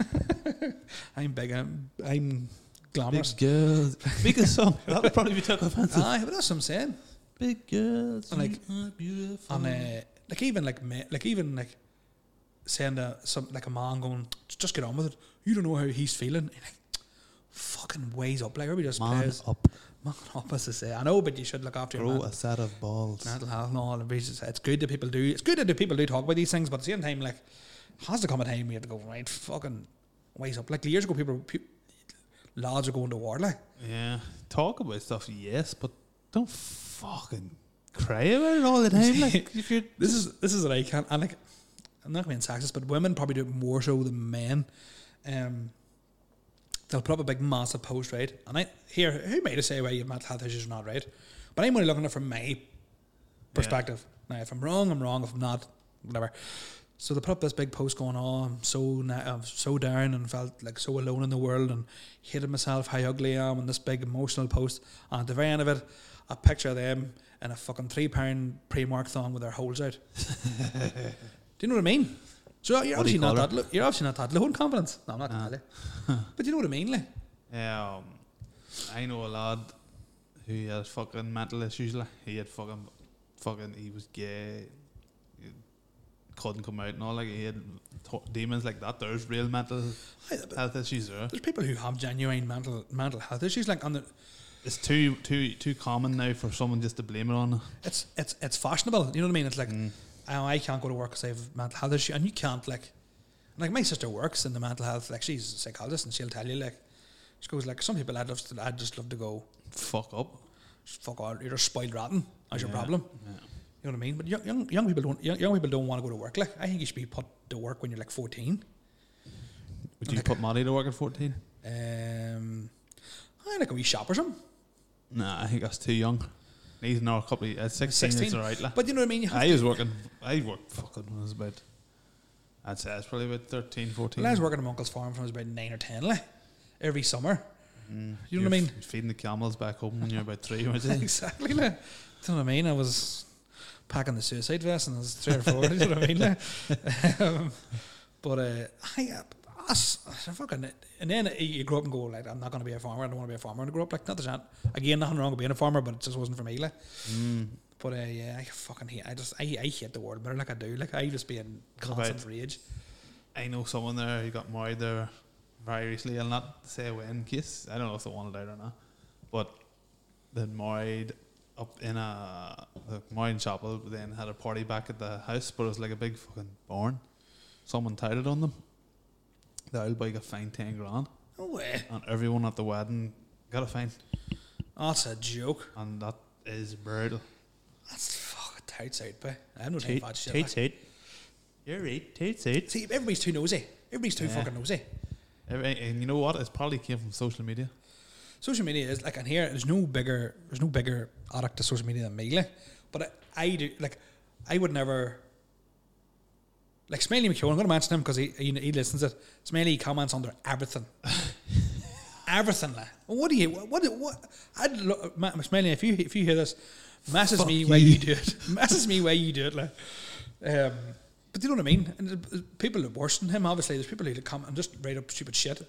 A: I'm big. I'm, I'm glamorous.
B: Big girls. Biggest song. That would probably be took offensive.
A: Aye, Ah, but that's what I'm saying.
B: Big girls.
A: And,
B: you
A: like,
B: are beautiful.
A: And uh, like even like ma- like even like saying to some like a man going, just get on with it. You don't know how he's feeling. And like, fucking ways up. Like everybody just
B: Man
A: plays
B: up.
A: man up as they say. I know, but you should look after your
B: Grow
A: man.
B: a set of balls.
A: mental health and all. and everybody's just- It's good that people do. It's good that people do talk about these things, but at the same time, like, has to come a time we have to go right. Fucking ways up. Like years ago, people. Pe- Lads are going to war, like
B: Yeah. Talk about stuff, yes, but don't fucking cry about it all the time. Like if you're
A: this is this is what I can't. And like, I'm not being sexist, but women probably do it more so than men. Um, they'll put up a big massive post, right? And I here, who made to say whether you have mental health issues or not, right? But I'm only looking at it from my perspective. Now, if I'm wrong, I'm wrong. If I'm not, whatever. So they put up this big post going, "Oh, I'm so na- I'm so down and felt like so alone in the world and hated myself how ugly I am." And this big emotional post, and at the very end of it, a picture of them in a fucking three pound pre-mark thong with their holes out. do you know what I mean? So you're
B: What do
A: obviously
B: you
A: not
B: call Ah.
A: that. Lo- you're obviously not that low in confidence. No, I'm not gonna tell you. But you know what I mean, like.
B: um I know a lad who had fucking mental issues like he had fucking fucking he was gay he couldn't come out and all like he had th- demons like that. There's real mental
A: Aye, but
B: health issues there.
A: There's people who have genuine mental mental health issues, like on the
B: It's too too too common now for someone just to blame it on.
A: it's it's it's fashionable. You know what I mean? It's like
B: Mm.
A: oh, I can't go to work because I have mental health issue, and you can't like like my sister works in the mental health. Like she's a psychologist, and she'll tell you like she goes like some people I'd love to I'd just love to go
B: Fuck up.
A: fuck all you're a spoiled rotten. That's your
B: Yeah,
A: problem.
B: yeah.
A: You know what I mean? But young young, young people don't young, young people don't want to go to work. Like I think you should be put to work when you're like 14.
B: Would you put Molly to work at fourteen?
A: Um, I like a wee shop or something.
B: Nah, I think that's too young. He's now a couple of uh, 16, 16.
A: 16.
B: is alright. Like.
A: But you know what I mean? You have
B: I was working, I worked fucking when I was about, I'd say I was probably about 13, 14.
A: Well, I was working at my uncle's farm from I was about nine or ten, like, every summer.
B: Mm.
A: you know what I
B: You're
A: mean?
B: f- feeding the camels back home when you're about three, weren't you?
A: exactly, like. Do you know what I mean? I was packing the suicide vest and I was three or four. do you know what I mean? like? um, but uh, I, uh, us, I fucking, and then you grow up and go like, I'm not going to be a farmer. I don't want to be a farmer. And I grow up like, not there's not, again, nothing wrong with being a farmer, but it just wasn't for me, like.
B: Mm.
A: But uh, yeah, I fucking hate. I just, I, I hate the world better like I do. Like I just be in
B: What
A: constant rage.
B: I know someone there who got married there very recently. I'll not say when, in case I don't know if they want it out or not. But they married up in a the Moyne chapel, but then had a party back at the house, but it was like a big fucking barn. Someone tied it on them. The old boy got fined ten grand,
A: No way.
B: and everyone at the wedding got a fine,
A: Oh, that's a joke.
B: and that is brutal.
A: That's fucking tight side, pay. I'm not doing
C: Tate,
A: bad shit.
C: Tate's
A: like.
C: eight. You're eight. Tate's eight.
A: See, everybody's too nosy. Everybody's too
B: Yeah.
A: fucking nosy.
B: Every, and you know what? It's probably came from social media.
A: Social media is like, and here there's no bigger, there's no bigger addict to social media than me. Like. But I, I do like, I would never. Like Smelly McHugh, I'm going to mention him because he, he he listens to it. Smelly comments under everything, everything. Like. What do you? What? What? I'd lo- Ma- Smelly, if you if you hear this, message me why you do it. message me why you do it. Like. Um, but do you know what I mean? And the- the people are worse than him. Obviously, there's people who come and just write up stupid shit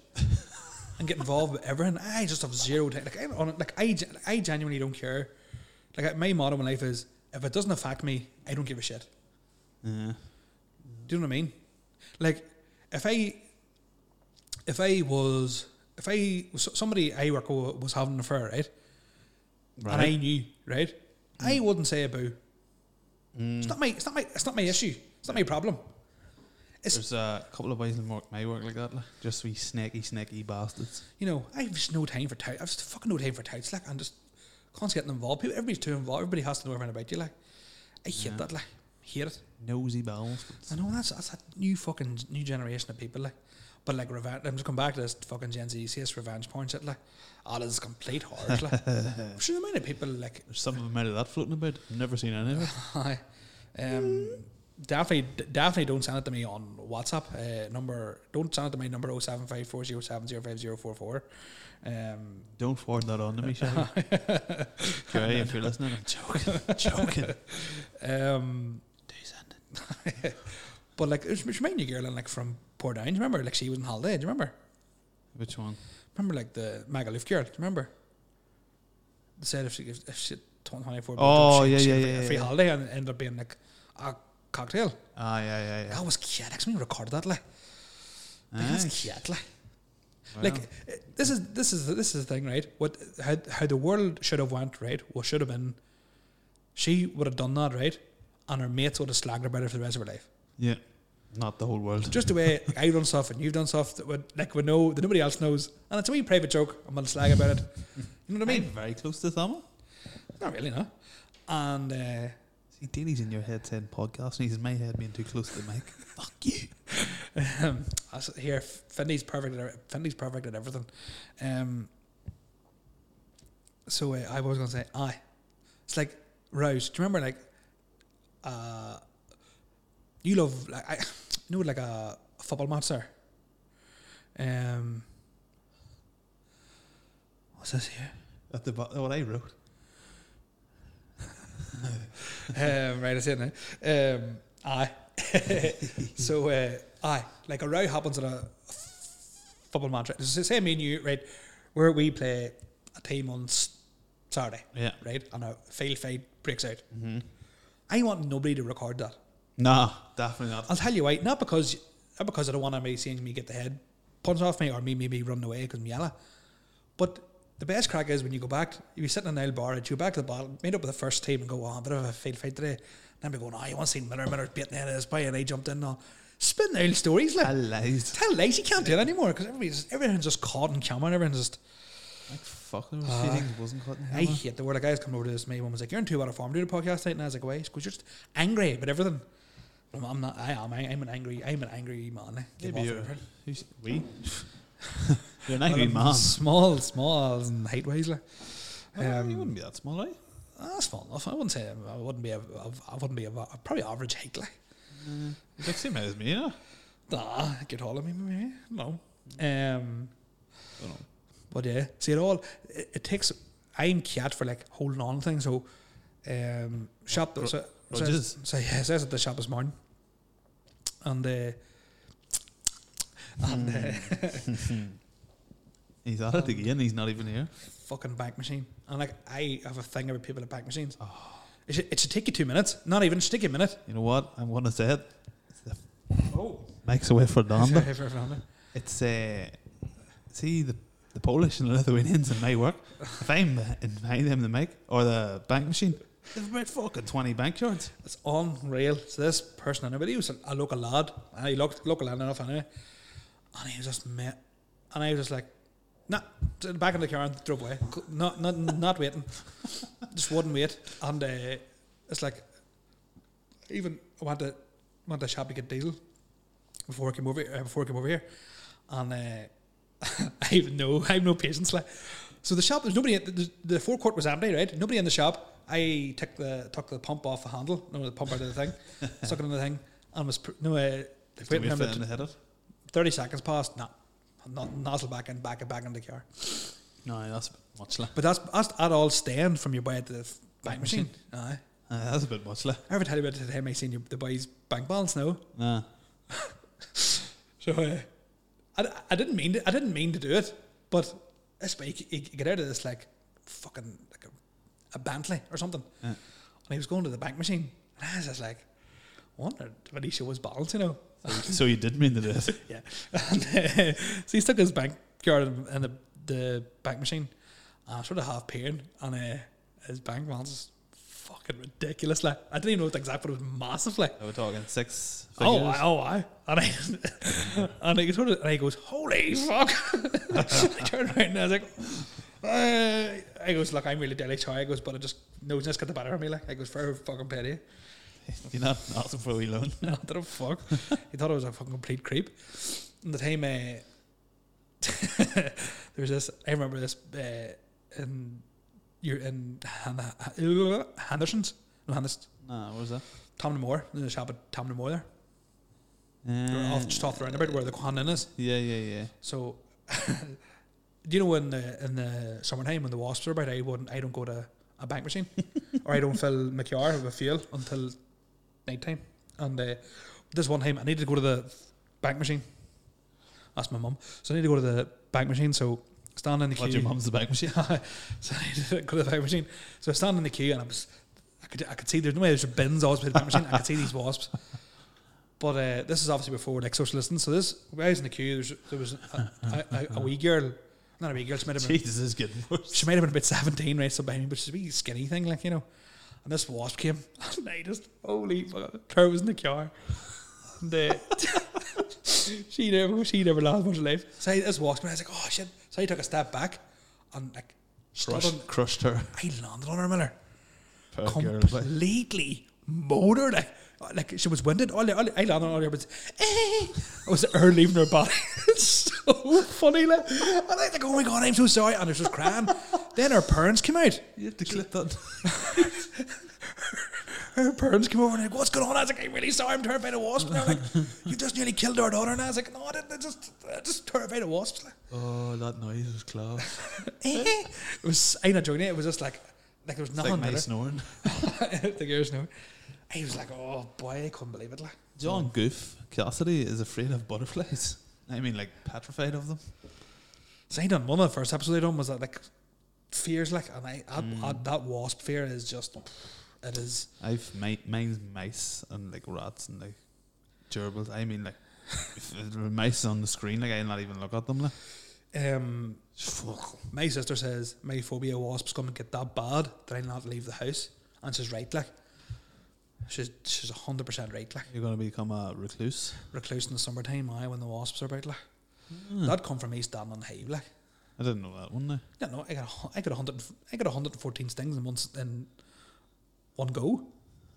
A: and get involved with everything. I just have zero time. Like I, don't- like I, gen- I genuinely don't care. Like I- my motto in life is, if it doesn't affect me, I don't give a shit.
B: Yeah.
A: Do you know what I mean? Like, if I, if I was, if I was somebody I work with was having an affair, right? And I knew, right? I wouldn't say a boo. It's not my, it's not my, it's not my issue. It's not my problem.
B: There's uh, a couple of boys in work, my work like that, like, just wee snaky, snaky bastards.
A: You know, I've just no time for tight. I've just fucking no time for tight slack. I'm just constantly getting involved. People, everybody's too involved. Everybody has to know everything about you. Like, I hate
B: Yeah.
A: that. Like, hate it.
B: Nosy bastards.
A: I know that's that's that new fucking new generation of people like, but like revenge. I'm just coming back to this fucking Gen Z CS revenge porn shit like, oh, this is complete horror. like, sure, the amount of people like,
B: There's some of them out of that floating about. I've never seen any of it.
A: hi, um, definitely d- definitely don't send it to me on WhatsApp. Uh, number don't send it to my number 07540705044. Um,
B: Don't forward that on to me, Shelly. Gary, if you're listening, I'm joking. joking.
A: um, but like, it's it's mainly a girl and like from Portadown. Do you remember? Like she was on holiday. Do you remember?
B: Which one?
A: Remember, like the Magaluf girl. Do you remember? They said if she if, if she twenty twenty four.
B: Oh,
A: she,
B: yeah,
A: she
B: yeah,
A: had a
B: yeah,
A: free
B: yeah.
A: holiday and it ended up being like a cocktail.
B: Ah, yeah, yeah, yeah.
A: That was cute. Actually, we recorded that like, like
B: Aye.
A: that's cute. Like,
B: Well,
A: like eh, this is this is this is the thing, right? What how how the world should have went, right? What should have been, she would have done that, right? And her mates would have slagged her about it for the rest of her life.
B: yeah, not the whole world.
A: Just the way like, I've done stuff and you've done stuff that would like would know that nobody else knows, and it's a wee private joke. I'm gonna slag about it. You know what I mean?
B: very close to Thama.
A: Not really, no. And uh,
B: See, Danny's in your head saying podcast, and he's in my head being too close to the mic. Fuck you.
A: um, I s- here, Finley's perfect. At, ev- Finley's perfect at everything. Um, so uh, I was gonna say, aye. It's like Rose. Do you remember like, uh, you love like I you know like a, football match there. Um, what's this here?
B: At the bo- what I wrote.
A: um, right, I see it now. Um, aye. so, uh, aye, like a row happens in a football match. Right? So Say me and you, right, where we play a team on s- Saturday,
B: Yeah.
A: right, and a fail fight breaks out.
B: Mm-hmm.
A: I want nobody to record that.
B: Nah, definitely not.
A: I'll tell you why. Not because not because I don't want anybody seeing me get the head punched off me or me maybe running away because I'm yellow. But the best crack is when you go back, you're sitting in an aisle bar, you go back to the bottle, meet up with the first team and go, oh, a bit of a failed fight today. And then we going, oh, you want to see Miller, Miller's beating the head of this boy, and I jumped in and all. Spin the old stories, like.
B: lies.
A: Tell lies, you can't do it anymore because everybody's, everything's just caught on camera and everyone's just.
B: Like, fuck, there was
A: Ah.
B: feelings wasn't cutting.
A: I hate the word. A guy's coming over to this. My mum was like, "You're in too bad a form. Do the podcast tonight." And I was like, "Why?" Because you're just angry about everything. I'm, I'm not. I am. I, I'm an angry. I'm an angry man. Get
B: Maybe
A: off
B: you're-
A: everything.
B: Who's- we. You're an angry
A: Well, I'm
B: man.
A: Um, Small, small, and height wise, like.
B: Oh, you
A: Um,
B: wouldn't be that small, right?
A: that's small enough. I wouldn't say I'm- I wouldn't be a, a- I wouldn't be a, a probably average height like.
B: You're the same as me, you know?
A: Nah, get all of me, maybe. No. Um,
B: Dunno.
A: but yeah, see it all. It, it takes. I'm cat for like holding on to things. So, um, shop.
B: Gr-
A: so,
B: grudges?
A: so, so yeah, it says at the shop this morning, and uh, and uh,
B: He's at
A: um,
B: it again. He's not even here.
A: fucking bank machine. And like I have a thing about people at bank machines. It, should, it should take you two minutes. Not even. It should take you a minute.
B: You know what? I'm gonna say it. It's the
A: Oh.
B: mic's away for Donda.
A: Sorry for Fernando.
B: it's uh, see the the Polish and the Lithuanians in my work. If I'm inviting them the mic or the bank machine, they've made fucking twenty bank yards.
A: It's unreal. So this person, anyway, he was a, a local lad. And he looked local lad enough anyway. And he was just met. And I was just like, nah, So back in the car and drove away. Co- Not not not waiting. just wouldn't wait. And uh, it's like, even I went to went to shop to get diesel before I came over uh, before I came over here, and uh, I have no I have no patience. Like, so the shop there's nobody. At, the, the forecourt was empty, right? Nobody in the shop. I took the took the pump off the handle, no the pump out of the thing, stuck it in the thing, and was pr- no. Uh,
B: Don't
A: waiting
B: be
A: for him to
B: fitting to hit it.
A: Thirty seconds passed. Nah, not nozzle back in, back and back in the car.
B: No, that's much less.
A: But that's that's at all stand from your boy at the f- bank
B: Bank
A: machine.
B: machine.
A: Aye.
B: Uh, that's a bit much less.
A: I ever tell you about the time I seen your, the boy's bank balance now?
B: Nah.
A: So uh, I, I didn't mean to, I didn't mean to do it, but this boy he, he get out of this like fucking like a, a Bentley or something,
B: Yeah.
A: and he was going to the bank machine, and I was just like, wondered when he show his balance, you know?
B: so you did mean to do it.
A: Yeah. And, uh, so he stuck his bank card in, in the, the bank machine. And I sort of half paying, and uh, his bank balance is fucking ridiculous. Like I didn't even know it exact, but it was massive. Like
B: We're talking six figures.
A: oh, I, oh, I and I and he sort of and he goes, holy fuck! I turned around and I was like. Uh, I goes, look, I'm really deadly sorry. I goes, but I just nosiness got the better of me. Like I goes, fair fucking pity.
B: You're not asking for a wee loan.
A: No, what the fuck? he thought I was a fucking complete creep. And the time uh, there was this, I remember this uh, in you're in Han- Henderson's, no Henderson's,
B: Nah, what was that?
A: Tom Moore, in the shop at Tom Moore there, They're
B: Uh,
A: off just off the roundabout where the Quan Inn is.
B: yeah, yeah, yeah.
A: So, do you know when the in the summertime when the wasps are about, I wouldn't, I don't go to a bank machine, or I don't fill my car with fuel until nighttime. And uh, this one time, I needed to go to the bank machine. That's my mum. So I need to go to the bank machine. So stand in the
B: What,
A: queue.
B: your mum's the bank machine?
A: so I needed to go to the bank machine. So I stand in the queue and I was, I could, I could see there's no way there's bins always by the bank machine. I could see these wasps. But uh, this is obviously before like social distancing. So this when I was in the queue. There's, there was a, a, a, a wee girl, not a wee girl. She might have been,
B: Jesus, is getting worse.
A: she might have been about seventeen, right? So behind me, but she's a wee skinny thing, like you know. And this wasp came, and I just holy fuck, her was in the car. And uh, she never, she never laughed much in her life. So I, this wasp, and I was like, oh shit. So I took a step back, and like stood on,
B: Crushed, crushed her.
A: I landed on her, Miller
B: Poor girl, like.
A: completely motored. Like, like she was winded. All, the- all the- I landed on all the airplanes. Eh, I was her leaving her body. it's so funny. Like, and I was like, oh my god, I'm so sorry. And I was just crying. then her parents came out.
B: You have to clip that.
A: Her parents came over and like, what's going on? I was like, I'm really sorry. I'm terrified of wasps. And they're like, you just nearly killed our daughter. And I was like, no, I didn't. I just, I just terrified of wasps. Like,
B: Oh, that noise was class.
A: eh. It was. I'm not joking. It was just like, like there was
B: It's
A: nothing
B: like my
A: better.
B: snoring.
A: the girls know. I was like, oh boy, I couldn't believe it. Like.
B: John Goof Cassidy is afraid of butterflies. I mean, like petrified of them.
A: So I done one of the first episodes I done was that like fears like and I, I,
B: Mm.
A: I that wasp fear is just it is
B: I've my, mine's mice and like rats and like gerbils. I mean, like if there were mice on the screen, like I not even look at them. Like.
A: um
B: Fuck.
A: my sister says my phobia of wasps gonna get that bad that I not leave the house and she's right like she's she's hundred percent right like
B: You're gonna become a recluse.
A: recluse in the summertime I when the wasps are about like
B: Mm.
A: that come from me standing on the hive like
B: I didn't know that one. Now.
A: no no I got a hu- I got a hundred and f- I got a hundred and fourteen stings in one s- in one go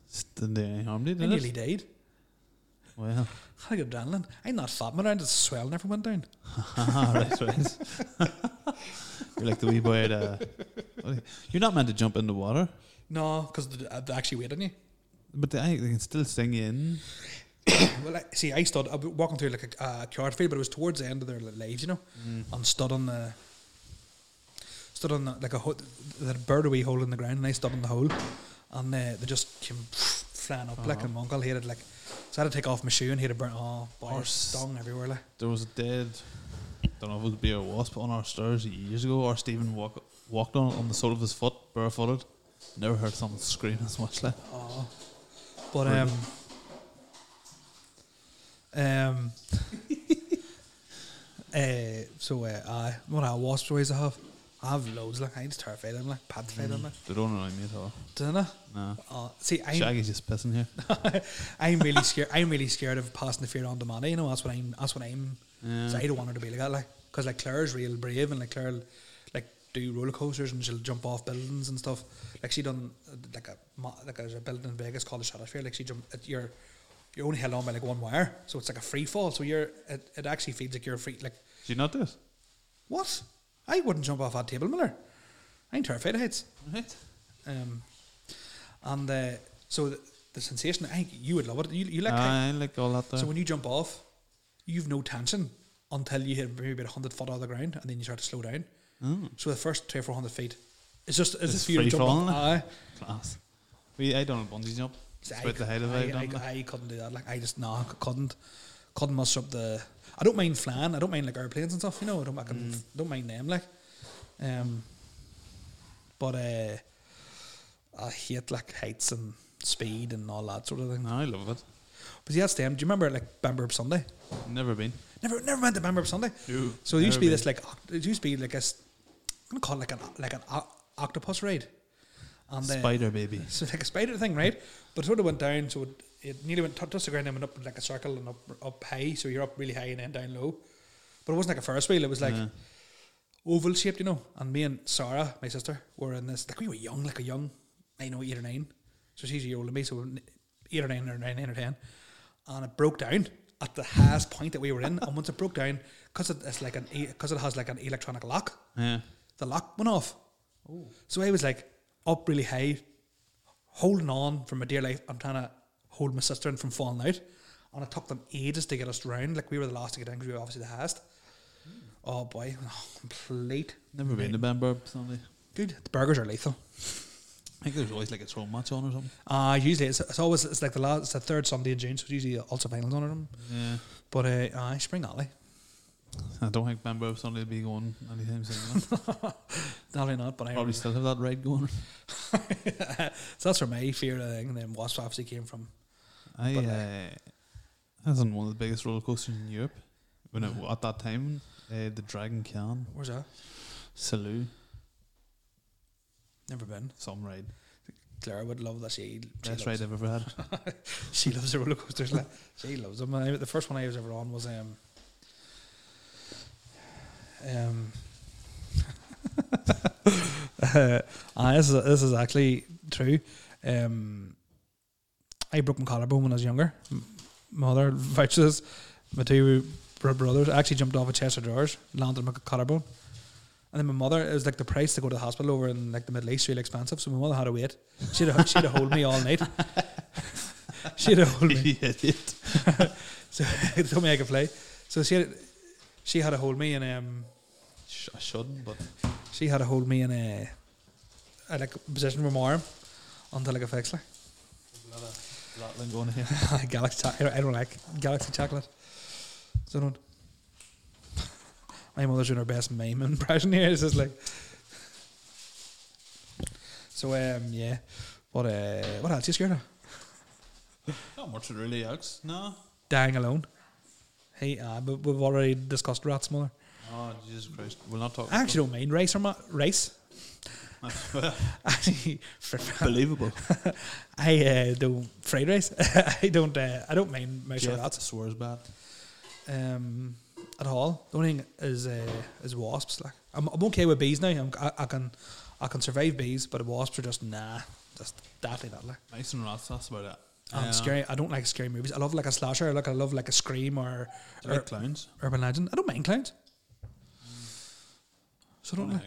B: Just Didn't do any harm, did
A: I nearly
B: it?
A: died
B: Well,
A: I got adrenaline I'm not fattening around it's swelling everyone down
B: right, right. You're like the wee boy. At, uh, what are you- you're not meant to jump in the water,
A: No, because they, uh, they actually wait on you.
B: but they, they can still sing you in.
A: Well, I, see, I stood, I was walking through like a, a card field, but it was towards the end of their lives, you know, and stood on the, stood on the, like a, ho- the bird a wee hole in the ground, and I stood on the hole, and uh, they just came flying up like, and my uncle hated like, so I had to take off my shoe and he had a burn, oh, boy,
B: Or
A: it stung everywhere, like.
B: There was a dead, don't know if it was a bear or wasp on our stairs years ago, or Stephen walk, walked on it on the sole of his foot, barefooted. Never heard someone scream as much like.
A: Oh. But um um Uh, so, uh, I, what I wasp stories I have, I have loads. Like, I just terrified. I'm like, petrified. I'm like,
B: They don't annoy me at all.
A: don't I?
B: No.
A: Uh, see, I'm,
B: Shaggy's just pissing here.
A: I'm really scared. I'm really scared of passing the fear on to Manny. You know, that's what I'm. That's what I'm.
B: Yeah.
A: So I don't want her to be like that. Like, because like Claire's real brave and like Claire, will, like do roller coasters and she'll jump off buildings and stuff. Like she done uh, like a ma- like there's a building in Vegas called the Stratosphere. Like she jumped. At, you're you're only held on by like one wire, so it's like a free fall. So you're it, it actually feels like you're free. Like
B: Did you not do it?
A: what? I wouldn't jump off that table, Miller. I'm terrified of heights.
B: Right.
A: Um, and uh, so the, the sensation. I think you would love it. You, you like. heights.
B: I like all that there.
A: So when you jump off, you've no tension until you hit maybe about 100 foot out of the ground and then you start to slow down.
B: Mm.
A: So the first three or 400 feet, it's just, it's
B: It's
A: just fear of
B: free
A: jumping.
B: falling,
A: Aye.
B: Class. We, I done a bungee jump.
A: See,
B: It's about the height of it.
A: I, I, I couldn't do that. Like, I just, nah, I couldn't. Couldn't mess up the. I don't mind flying. I don't mind like airplanes and stuff, you know. I don't, I can,
B: Mm.
A: don't mind them, like. Um, but uh, I hate like heights and speed and all that sort of thing.
B: No, I love it.
A: But yeah, that's them. Do you remember like Bamburb Sunday?
B: Never been.
A: Never, never went to Bamburb Sunday. eh? So it used to be this like oct- it used to be like a s- I'm gonna call it like an like an o- octopus raid, and uh,
B: Spider baby.
A: so like a spider thing, right? But it sort of went down, so it, it nearly went touched the ground and went up in like a circle and up up high, so you're up really high and then down low. But it wasn't like a Ferris wheel; it was like
B: Yeah.
A: oval shaped, you know. And me and Sarah, my sister, were in this like we were young, like a young nine or eight or nine. So she's a year older than me, so we were eight or nine or nine, nine or ten. And it broke down at the highest point that we were in. And once it broke down, because it, it's like an because it has like an electronic lock,
B: Yeah.
A: the lock went off. So I was like up really high, holding on for my dear life. I'm trying to hold my sister in from falling out. And it took them ages to get us round. Like we were the last to get in because we were obviously the highest. Oh boy, complete
B: Never been to Bamburb Sunday.
A: Good. The burgers are lethal.
B: I think there's always like a throw match on or something.
A: Uh usually it's, it's always it's like the last it's the third Sunday in June, so it's usually also finals on them.
B: Yeah.
A: But uh, aye, Spring Alley,
B: I don't think Bamburb Sunday will be going anytime soon. no.
A: probably not. But I
B: Probably still have that ride going.
A: so that's where my fear of the thing. Then Wasp obviously came from.
B: I
A: But, uh,
B: uh, I was on one of the biggest roller coasters in Europe. When it, at that time, uh, the Dragon Can,
A: Where's that?
B: Salou,
A: Never been.
B: some ride,
A: Clara would love that. She, she
B: best
A: loves,
B: ride I've ever had.
A: She loves the roller coasters. like, she loves them. I, the first one I was ever on was um um. uh, aye, this is this is actually true. Um, I broke my collarbone when I was younger. M- My mother vouches. My two br- brothers I actually jumped off a chest of drawers, landed on my collarbone. And then my mother, it was like the price to go to the hospital over in like the Middle East, really expensive. So my mother had to wait. She had to, she had to hold me all night. she had to hold me.
B: Idiot.
A: So they told me I could play. So she had, she had to hold me and um,
B: Sh- I shouldn't, but
A: she had to hold me in a, a like position with my arm until I got fixed. Like.
B: a lot of rattling going here.
A: Galaxy, cho- I don't- I don't like Galaxy chocolate. So I don't. My mother's doing her best meme impression here. It's just like. So um yeah, what uh what else you scared of?
B: Not much really else. No.
A: Dying alone. Hey, uh, but we've already discussed rats, mother.
B: Oh Jesus Christ! We'll not talk.
A: I actually don't mind race or ma- race. Actually, fr- fr-
B: Believable.
A: I uh, don't fried rice. I don't. Uh, I don't mind mouse or
B: Jeff
A: rats
B: swears bad.
A: um, at all. The only thing is uh, is wasps. Like I'm, I'm okay with bees now. I'm, I, I can I can survive bees, but wasps are just nah, just definitely not. Like
B: Mice and rats. That's about it.
A: I'm scary. I don't like scary movies. I love like a slasher. Like I love like a scream or,
B: Do you
A: or
B: like clowns?
A: urban legend. I don't mind clowns.
B: Mm.
A: So I don't like,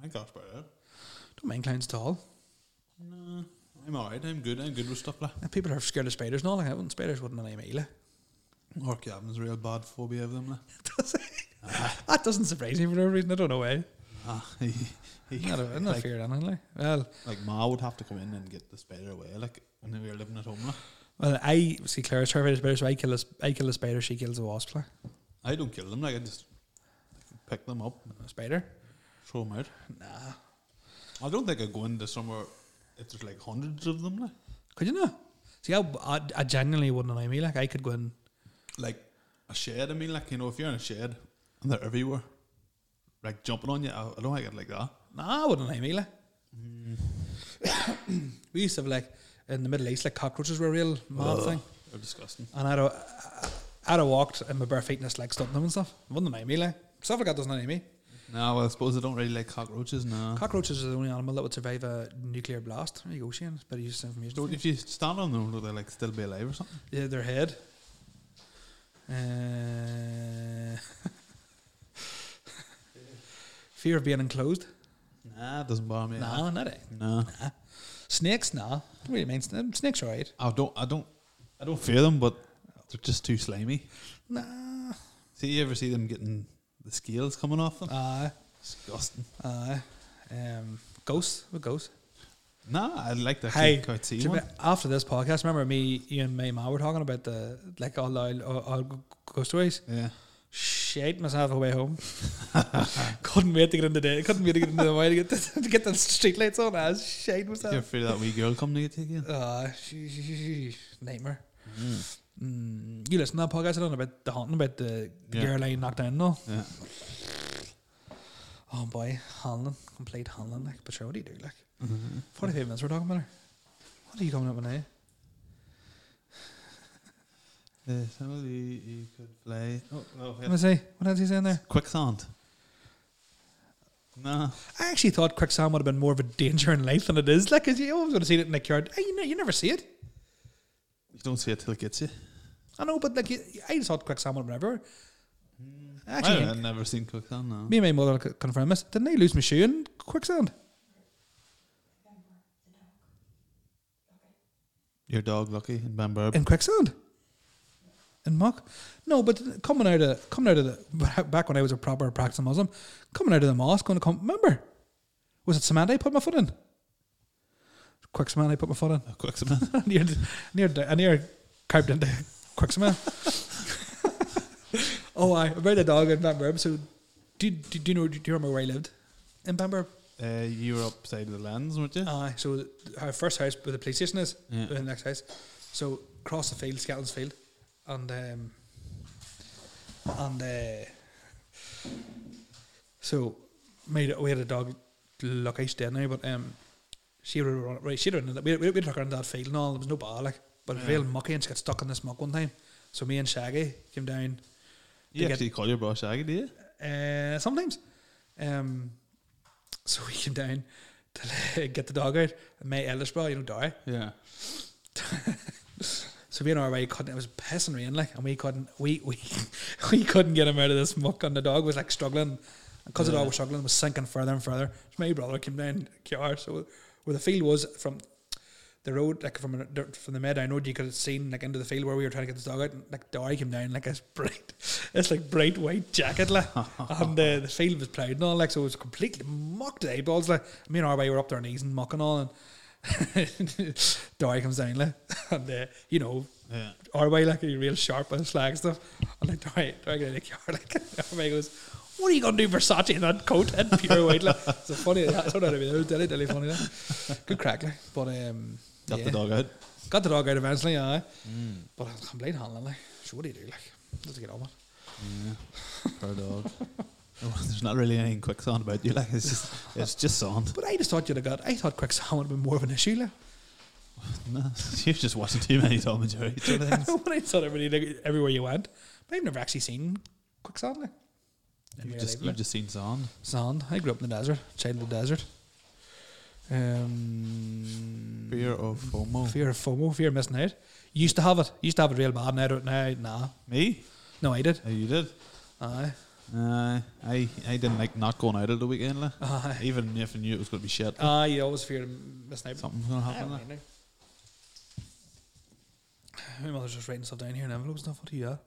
B: My gosh, about it.
A: don't mind clowns at all.
B: No, I'm alright. I'm good. I'm good with stuff like.
A: And people are scared of spiders. No, like I wouldn't. Spiders wouldn't annoy me. Like.
B: Or Gavin's real bad phobia of them. Like.
A: That doesn't surprise me for no reason. I don't know why.
B: Ah, he, he,
A: I don't, I'm not
B: like,
A: feared anything. Like. Well,
B: like Ma would have to come in and get the spider away. Like when we were living at home. Like.
A: well, I see Claire's terrified of spiders. So I kill a, sp- I kill a spider. She kills a wasp. Like.
B: I don't kill them. Like I just pick them up, and
A: A spider?
B: throw them out.
A: Nah.
B: I don't think I go into somewhere. If there's like hundreds of them. Like,
A: Could you not? See, I, I, I genuinely wouldn't annoy me. Like, I could go in.
B: like a shed. I mean, like you know, if you're in a shed and they're everywhere, like jumping on you, I, I don't like it like that.
A: Nah, I wouldn't name either. Mm. we used to have like in the Middle East, like cockroaches were a real mad thing,
B: They're disgusting.
A: and I'd a, I'd a walked in my bare feet and just like stomped them and stuff. Wouldn't name me like stuff like that doesn't name me.
B: No, well, I suppose I don't really like cockroaches. No,
A: Cockroaches are the only animal that would survive a nuclear blast. There you go, Shane. It's better use of information.
B: don't, if you stand on them, will they like still be alive or something?
A: Yeah, their head. Uh, fear of being enclosed.
B: Nah, it doesn't bother me.
A: Nah, not it.
B: no,
A: Snakes, nah. What do you mean? Sna- Snakes are right.
B: I don't. I don't. I don't fear them, but they're just too slimy.
A: Nah.
B: See, you ever see them getting the scales coming off them?
A: Aye.
B: disgusting.
A: Aye. Um, ghosts. What ghosts?
B: Nah, I like that.
A: Hey,
B: quite see
A: do you
B: one.
A: remember- after this podcast, remember me, you and my ma were talking about the like all the all, all ghost stories.
B: Yeah.
A: Shit myself away home. couldn't wait to get into the couldn't wait to get into the way to get the, to get the street lights on. I was shit myself.
B: You're afraid of that wee girl coming to get you again?
A: Uh, she, she, she- she- nightmare. Mm, you listen to that podcast I done about the haunting, about the
B: Yeah.
A: girl I knocked down. No,
B: Yeah.
A: oh boy, Hanlon, complete Hanlon. Like, but sure, what do you do? Like,
B: Mm-hmm.
A: forty-five minutes we're talking about her. What are you coming up with now?
B: Uh, somebody you could play. Oh, no.
A: Let me see. What else is in there?
B: Quicksand. No.
A: I actually thought quicksand would have been more of a danger in life than it is. Like, 'cause you always would have seen it in the yard. Hey, you know, you never see it.
B: You don't see it till it gets you.
A: I know, but like, you, I just thought quicksand would have never.
B: I
A: Actually,
B: have never seen quicksand, no.
A: me and my mother c- confirmed this. Didn't I lose my shoe in quicksand?
B: Your dog Lucky in Bamburb.
A: in quicksand in muck no but coming out of coming out of the back when I was a proper practicing Muslim coming out of the mosque going to come remember was it cement I put my foot in quick cement I put my foot in
B: A quicksand.
A: near near I near carved into quick cement oh I about the dog in Bamburb so do, do, do you know do you remember where I lived in Bamburb
B: uh, you were upside of the lands, weren't you?
A: Aye, so th- our first house where the police station is,
B: Yeah.
A: the next house. So across the field, Scotland's field, and um, and uh, so made we had a dog, Lucky, she's dead now, but um, she would run right. She would we we we took her into that field and all. There was no bar like, but it was
B: Yeah.
A: real mucky, and she got stuck in this muck one time. So me and Shaggy came down
B: you
A: get-
B: actually call your bra Shaggy, do you?
A: uh, sometimes. Um, so we came down to get the dog out. And my eldest brother, you know, die.
B: Yeah.
A: So we and our way couldn't. It was pissing rain, like, and we couldn't. We we we couldn't get him out of this muck, and the dog was like struggling. Because the dog was struggling, it was sinking further and further. So my brother came down car. So where the field was from the road, like from a- from the mid down road, you could have seen like into the field where we were trying to get this dog out. And, like the eye came down, like this bright, it's like bright white jacket, like, and uh, the field was ploughed and all, like so it was completely mucked to eyeballs. Like me and our way were up to our knees and mucking all, and the eye comes down, like, and uh, you know
B: Yeah.
A: our way like a real sharp and slag stuff. And like, try, try get in the car. Like, our way goes, "What are you gonna do, Versace, in that coat and pure white?" Like, it's a funny. That's what I mean. It was really, really funny. Like. Good crack, like. but um,
B: Got
A: yeah.
B: the dog Mm. out.
A: Got the dog out eventually, yeah. But I'm complaining, handling like, so what do you do, like? Let's get on with. it.
B: Poor dog. Oh, There's not really anything quicksand about you, like it's just it's just sand.
A: But I just thought you'd have got. I thought quicksand would have been more of an issue, like.
B: No, you're just watching too many Tom and Jerry sort of things.
A: when I thought everybody, like, everywhere you went, but I've never actually seen quicksand. Like. in
B: You've
A: real
B: just,
A: life,
B: you've
A: like.
B: just seen sand.
A: Sand. I grew up in the desert, child of the desert. Um,
B: Mm. Fear of FOMO.
A: fear of FOMO, fear of missing out. Used to have it. Used to have it real bad. Now, I don't- now, nah,
B: Me?
A: no, I did.
B: Oh, you did?
A: Aye,
B: Uh, I I didn't like not going out of the weekend. Like.
A: aye,
B: Even if I knew it was going to be shit,
A: aye. You always fear of missing out.
B: something's going to
A: Uh-huh. I
B: happen.
A: don't
B: Like.
A: mind now. My mother's just writing stuff down here in envelopes and stuff. What are you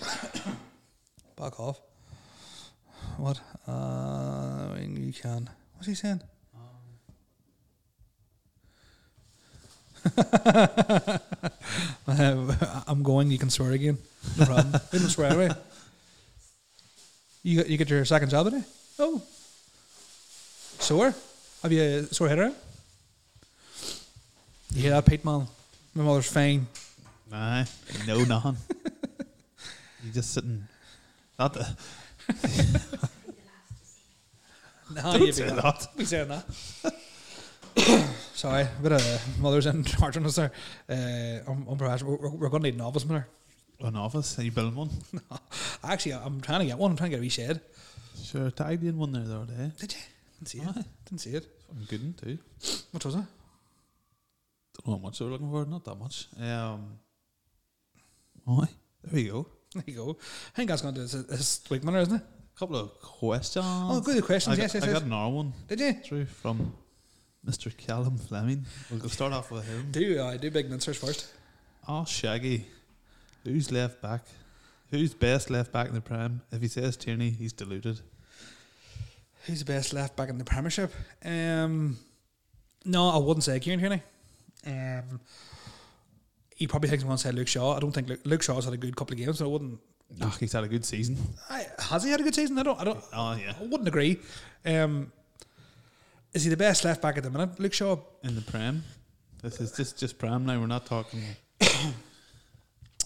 A: at? Back off. What? Uh, when you can. What's he saying? Uh, I'm going. You can swear again. No problem. You can swear away. You got- you get your second job today. Oh, sore? Have you a sore head around? Yeah, Pete man. My mother's fine.
B: Aye. No, nothing. You just sitting. Not the,
A: No,
B: don't
A: you'd
B: say
A: be,
B: that.
A: be saying that. Sorry, eh, a bit of mothers and patronus there. Uh, I'm, I'm perhaps- we're, we're going to need an office miller.
B: An office? Are you building one?
A: Actually, I'm trying to get one. I'm trying to get a wee shed.
B: Sure, tagged in one there the other day.
A: Did you? Didn't see it.
B: Aye,
A: Didn't see it.
B: fucking good one too.
A: What was it?
B: Don't know how much they were looking for. Not that much. Um. Aye, there you go.
A: There you go. I think that's going to do this, this week, Miller, isn't it?
B: couple of questions.
A: Oh, good
B: I,
A: questions.
B: got-
A: yes, yes,
B: I
A: yes.
B: got another one
A: Did you?
B: through from Mr. Callum Fleming. We'll go start off with him.
A: Do I do big mincers first?
B: Oh, Shaggy. Who's left back? Who's best left back in the Prem? If he says Tierney, he's deluded.
A: Who's the best left back in the Premiership? Um, no, I wouldn't say Kieran Tierney. Um, he probably thinks I'm going to say Luke Shaw. I don't think Luke, Luke Shaw's had a good couple of games, so I wouldn't.
B: Oh, he's had a good season.
A: I, has he had a good season? I don't. I don't.
B: Oh, yeah.
A: I wouldn't agree. Um, is he the best left back at the minute, Luke Shaw?
B: In the Prem. This is just, just Prem now. We're not talking.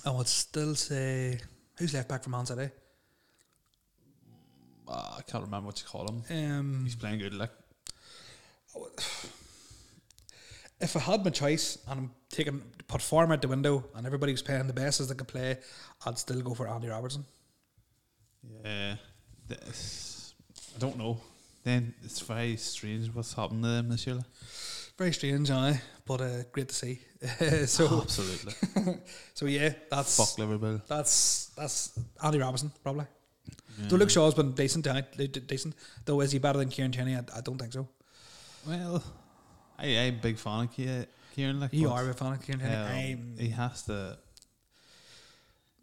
A: I would still say who's left back for Man City.
B: ah, I can't remember what you call him.
A: Um,
B: He's playing good. Like,
A: if I had my choice and I'm taking put form out the window and everybody was playing the best as they could play, I'd still go for Andy Robertson.
B: yeah. This, I don't know. Then it's very strange what's happened to them this year. like.
A: Very strange, aye, but uh, great to see. so
B: Absolutely.
A: so yeah, that's
B: Ah. Fuck Liverpool.
A: that's that's Andy Robertson probably.
B: Yeah.
A: Though Luke Shaw's been decent tonight, de- de- decent. Though is he better than Kieran Tierney? I, I don't think so.
B: Well, I, I'm a big fan of Ki- Kieran. Like,
A: You
B: but-
A: are a bit fan of Kieran Tierney.
B: Um,
A: I'm-
B: he has to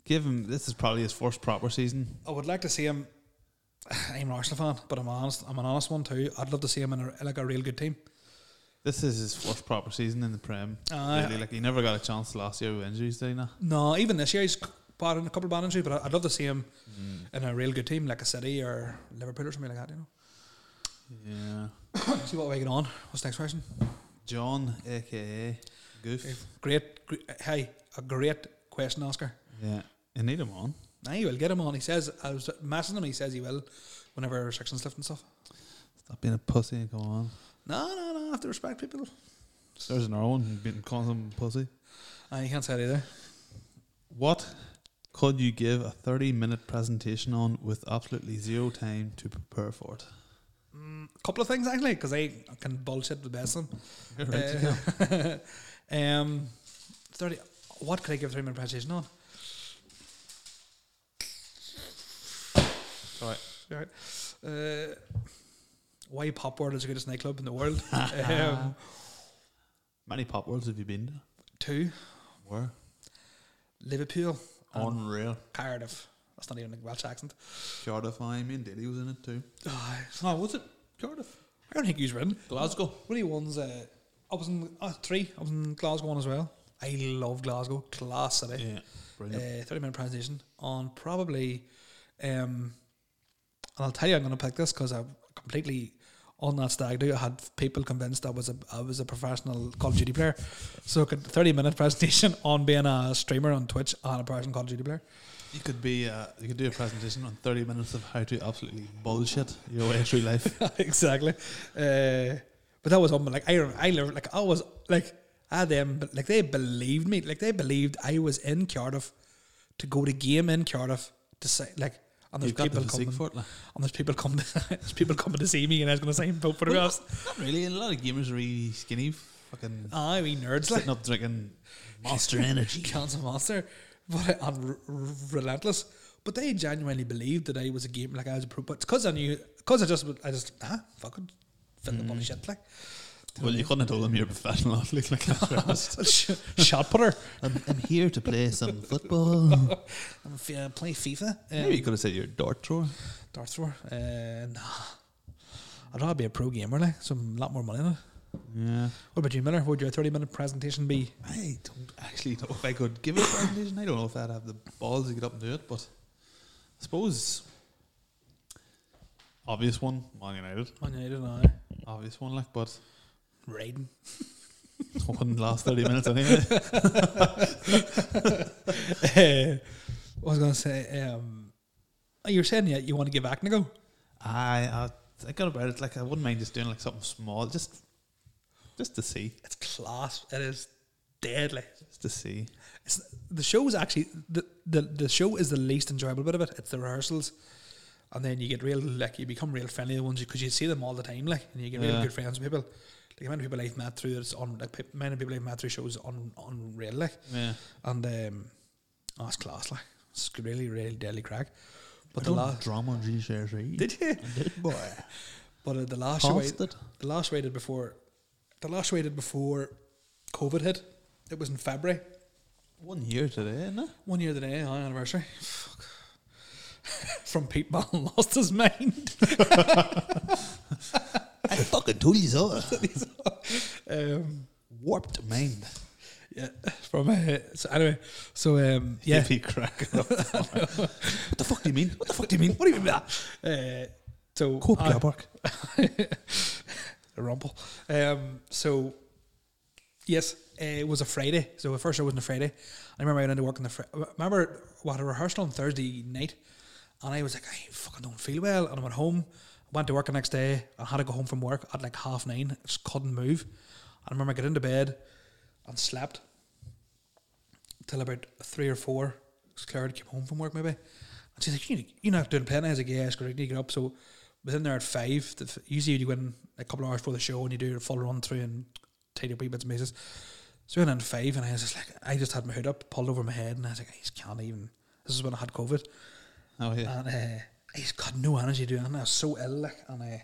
B: give him. This is probably his first proper season.
A: I would like to see him. I'm an Arsenal fan, but I'm honest. I'm an honest one too. I'd love to see him in a, like a real good team.
B: This is his first proper season in the Prem.
A: Aye.
B: really, like he never got a chance last year with injuries, did he? Not?
A: No, even this year he's bad in a couple of bad injuries, but I- I'd love to see him in a real good team like a City or Liverpool or something like that. You know.
B: Yeah.
A: see what we get on. What's the next question?
B: John, aka Goof.
A: Great, gr- hey, a great question, Oscar.
B: Yeah, you need him on.
A: Now you will get him on. He says I was messaging him. He says he will whenever restrictions lift and stuff.
B: Stop being a pussy and come on.
A: No, no, no. I have to respect people.
B: There's another one being calling him a pussy.
A: I can't say it either.
B: What could you give a 30 minute presentation on with absolutely zero time to prepare for it?
A: A Mm, couple of things actually, because I can bullshit the best of them.
B: You're right, you know.
A: Uh, um, thirty. What could I give a three-minute presentation on?
B: Alright.
A: Right. Uh, why Pop World is the greatest nightclub in the world? um,
B: Many pop worlds have you been to?
A: two.
B: Where?
A: Liverpool. and
B: Unreal.
A: Cardiff. That's not even a Welsh accent.
B: Cardiff, I mean, Diddy was in it too.
A: Ah,
B: Oh, was it Cardiff?
A: I don't think he's written.
B: Glasgow.
A: What he won's uh, I was in uh, three. I was in Glasgow one as well. I love Glasgow. Class city.
B: Yeah, brilliant.
A: Uh, Thirty minute presentation on probably, um, and I'll tell you I'm going to pick this because I completely on that stag do. I had people convinced I was a I was a professional Call of Duty player. So I could thirty minute presentation on being a streamer on Twitch and a professional Call of Duty player.
B: you could be, uh, you could do a presentation on thirty minutes of how to absolutely bullshit your way through life.
A: exactly. Uh, but that was on like I rem- I learned like I was like I them but like they believed me like they believed I was in Cardiff to go to game in Cardiff to say like and there's
B: You've got the
A: people
B: physique
A: coming
B: for it. Like.
A: and there's people coming there's people coming to see me and I was going to sign boat photographs.
B: Not really. A lot of gamers are really skinny, fucking
A: Ah, we nerds like
B: sitting up drinking Monster Energy.
A: Cancer Monster, but and r- r- relentless. But they genuinely believed that I was a game like I was a pro. But because I knew, because I just I just ah fucking fill the
B: Mm.
A: bunny shit like.
B: Well, you couldn't have told them you're a professional athlete. Like that.
A: Sh- shot putter.
B: I'm, I'm here to play some football.
A: I'm f- uh, play FIFA. Um,
B: Maybe you could have said you're a dart thrower.
A: Dart thrower. Uh, nah. I'd rather be a pro gamer, like some lot more money in it.
B: Yeah.
A: What about you, Miller? What Would your thirty minute presentation be?
B: I don't actually know if I could give it a presentation. I don't know if I'd have the balls to get up and do it, but I suppose obvious one, Man United,
A: On United and er I
B: obvious one, like, but
A: raiding.
B: it wouldn't last thirty minutes anyway.
A: Uh, I was gonna say, um, you were saying yeah, you want to give acne a go.
B: I, I think about it. Like I wouldn't mind just doing like something small, just just to see,
A: It's class. It is deadly.
B: just to see.
A: It's, the show is actually the, the the show is the least enjoyable bit of it. It's the rehearsals, and then you get real like you become real friendly with the ones because you see them all the time, like and you get real
B: Yeah.
A: good friends with people. Like the amount of people I've met through it's on like pe- amount of people I've met through shows on unreal like,
B: Yeah.
A: and um, oh, it's class like it's really really deadly crack. But
B: I
A: the
B: done
A: last
B: drama on GCSE.
A: did you?
B: Oh. did boy?
A: But uh, the last show I,
B: Passed it.
A: the last show I did before the last show I did before COVID hit, it was in February.
B: One year today, isn't it?
A: One year today, our anniversary. Fuck. From Pete Ball lost his mind.
B: I fucking told you so.
A: Um,
B: Warped mind.
A: yeah, from uh, so anyway, so um, yeah,
B: Hippie crack. what the fuck do you mean? What the fuck do you mean?
A: what do you mean by that? Uh, so
B: Cope
A: I-
B: Gabark.
A: a rumble. Um, so yes, uh, it was a Friday. So the first show wasn't a Friday. I remember I went into work on the. Fri- I remember we had a rehearsal on Thursday night, and I was like, I fucking don't feel well, and I went home. Went to work the next day. I had to go home from work at like half nine. I just couldn't move. I remember I got into bed and slept till about three or four. 'cause Claire had came home from work maybe. And she's like, you, you're not doing plenty. I was like, yeah, it's correct. You get up. So within there at five, the f- usually you go in a couple of hours before the show and you do a full run through and tidy up wee bits and pieces. So we went in at five and I was just like, I just had my hood up, pulled over my head and I was like, I just can't even. This is when I had COVID.
B: Oh yeah.
A: And uh, he's got no energy doing anything. I was so ill, like, and uh,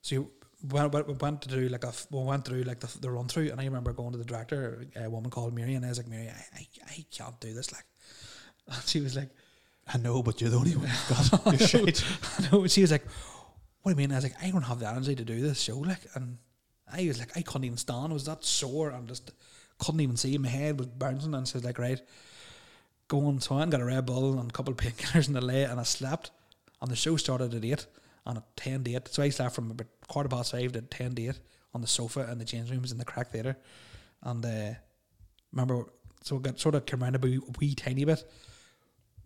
A: so you went, went, went to do like a f- we went through like the, the run through, and I remember going to the director, a woman called Mary, and I was like, Mary, I, I, I can't do this, like, and she was like,
B: I know, but you're the only one. God, you're shit.
A: I know. She was like, "What do you mean?" I was like, "I don't have the energy to do this show." Like, and I was like, I couldn't even stand. I was that sore and just couldn't even see. My head was bouncing, and she was like, "Right, go on." So I went and got a Red Bull and a couple of painkillers in the lay, and I slept. And the show started at eight, and at ten to eight, so I slept from about quarter past five to ten to eight on the sofa in the change rooms in the crack theater, and uh, remember. So I got sort of came around a wee, wee tiny bit,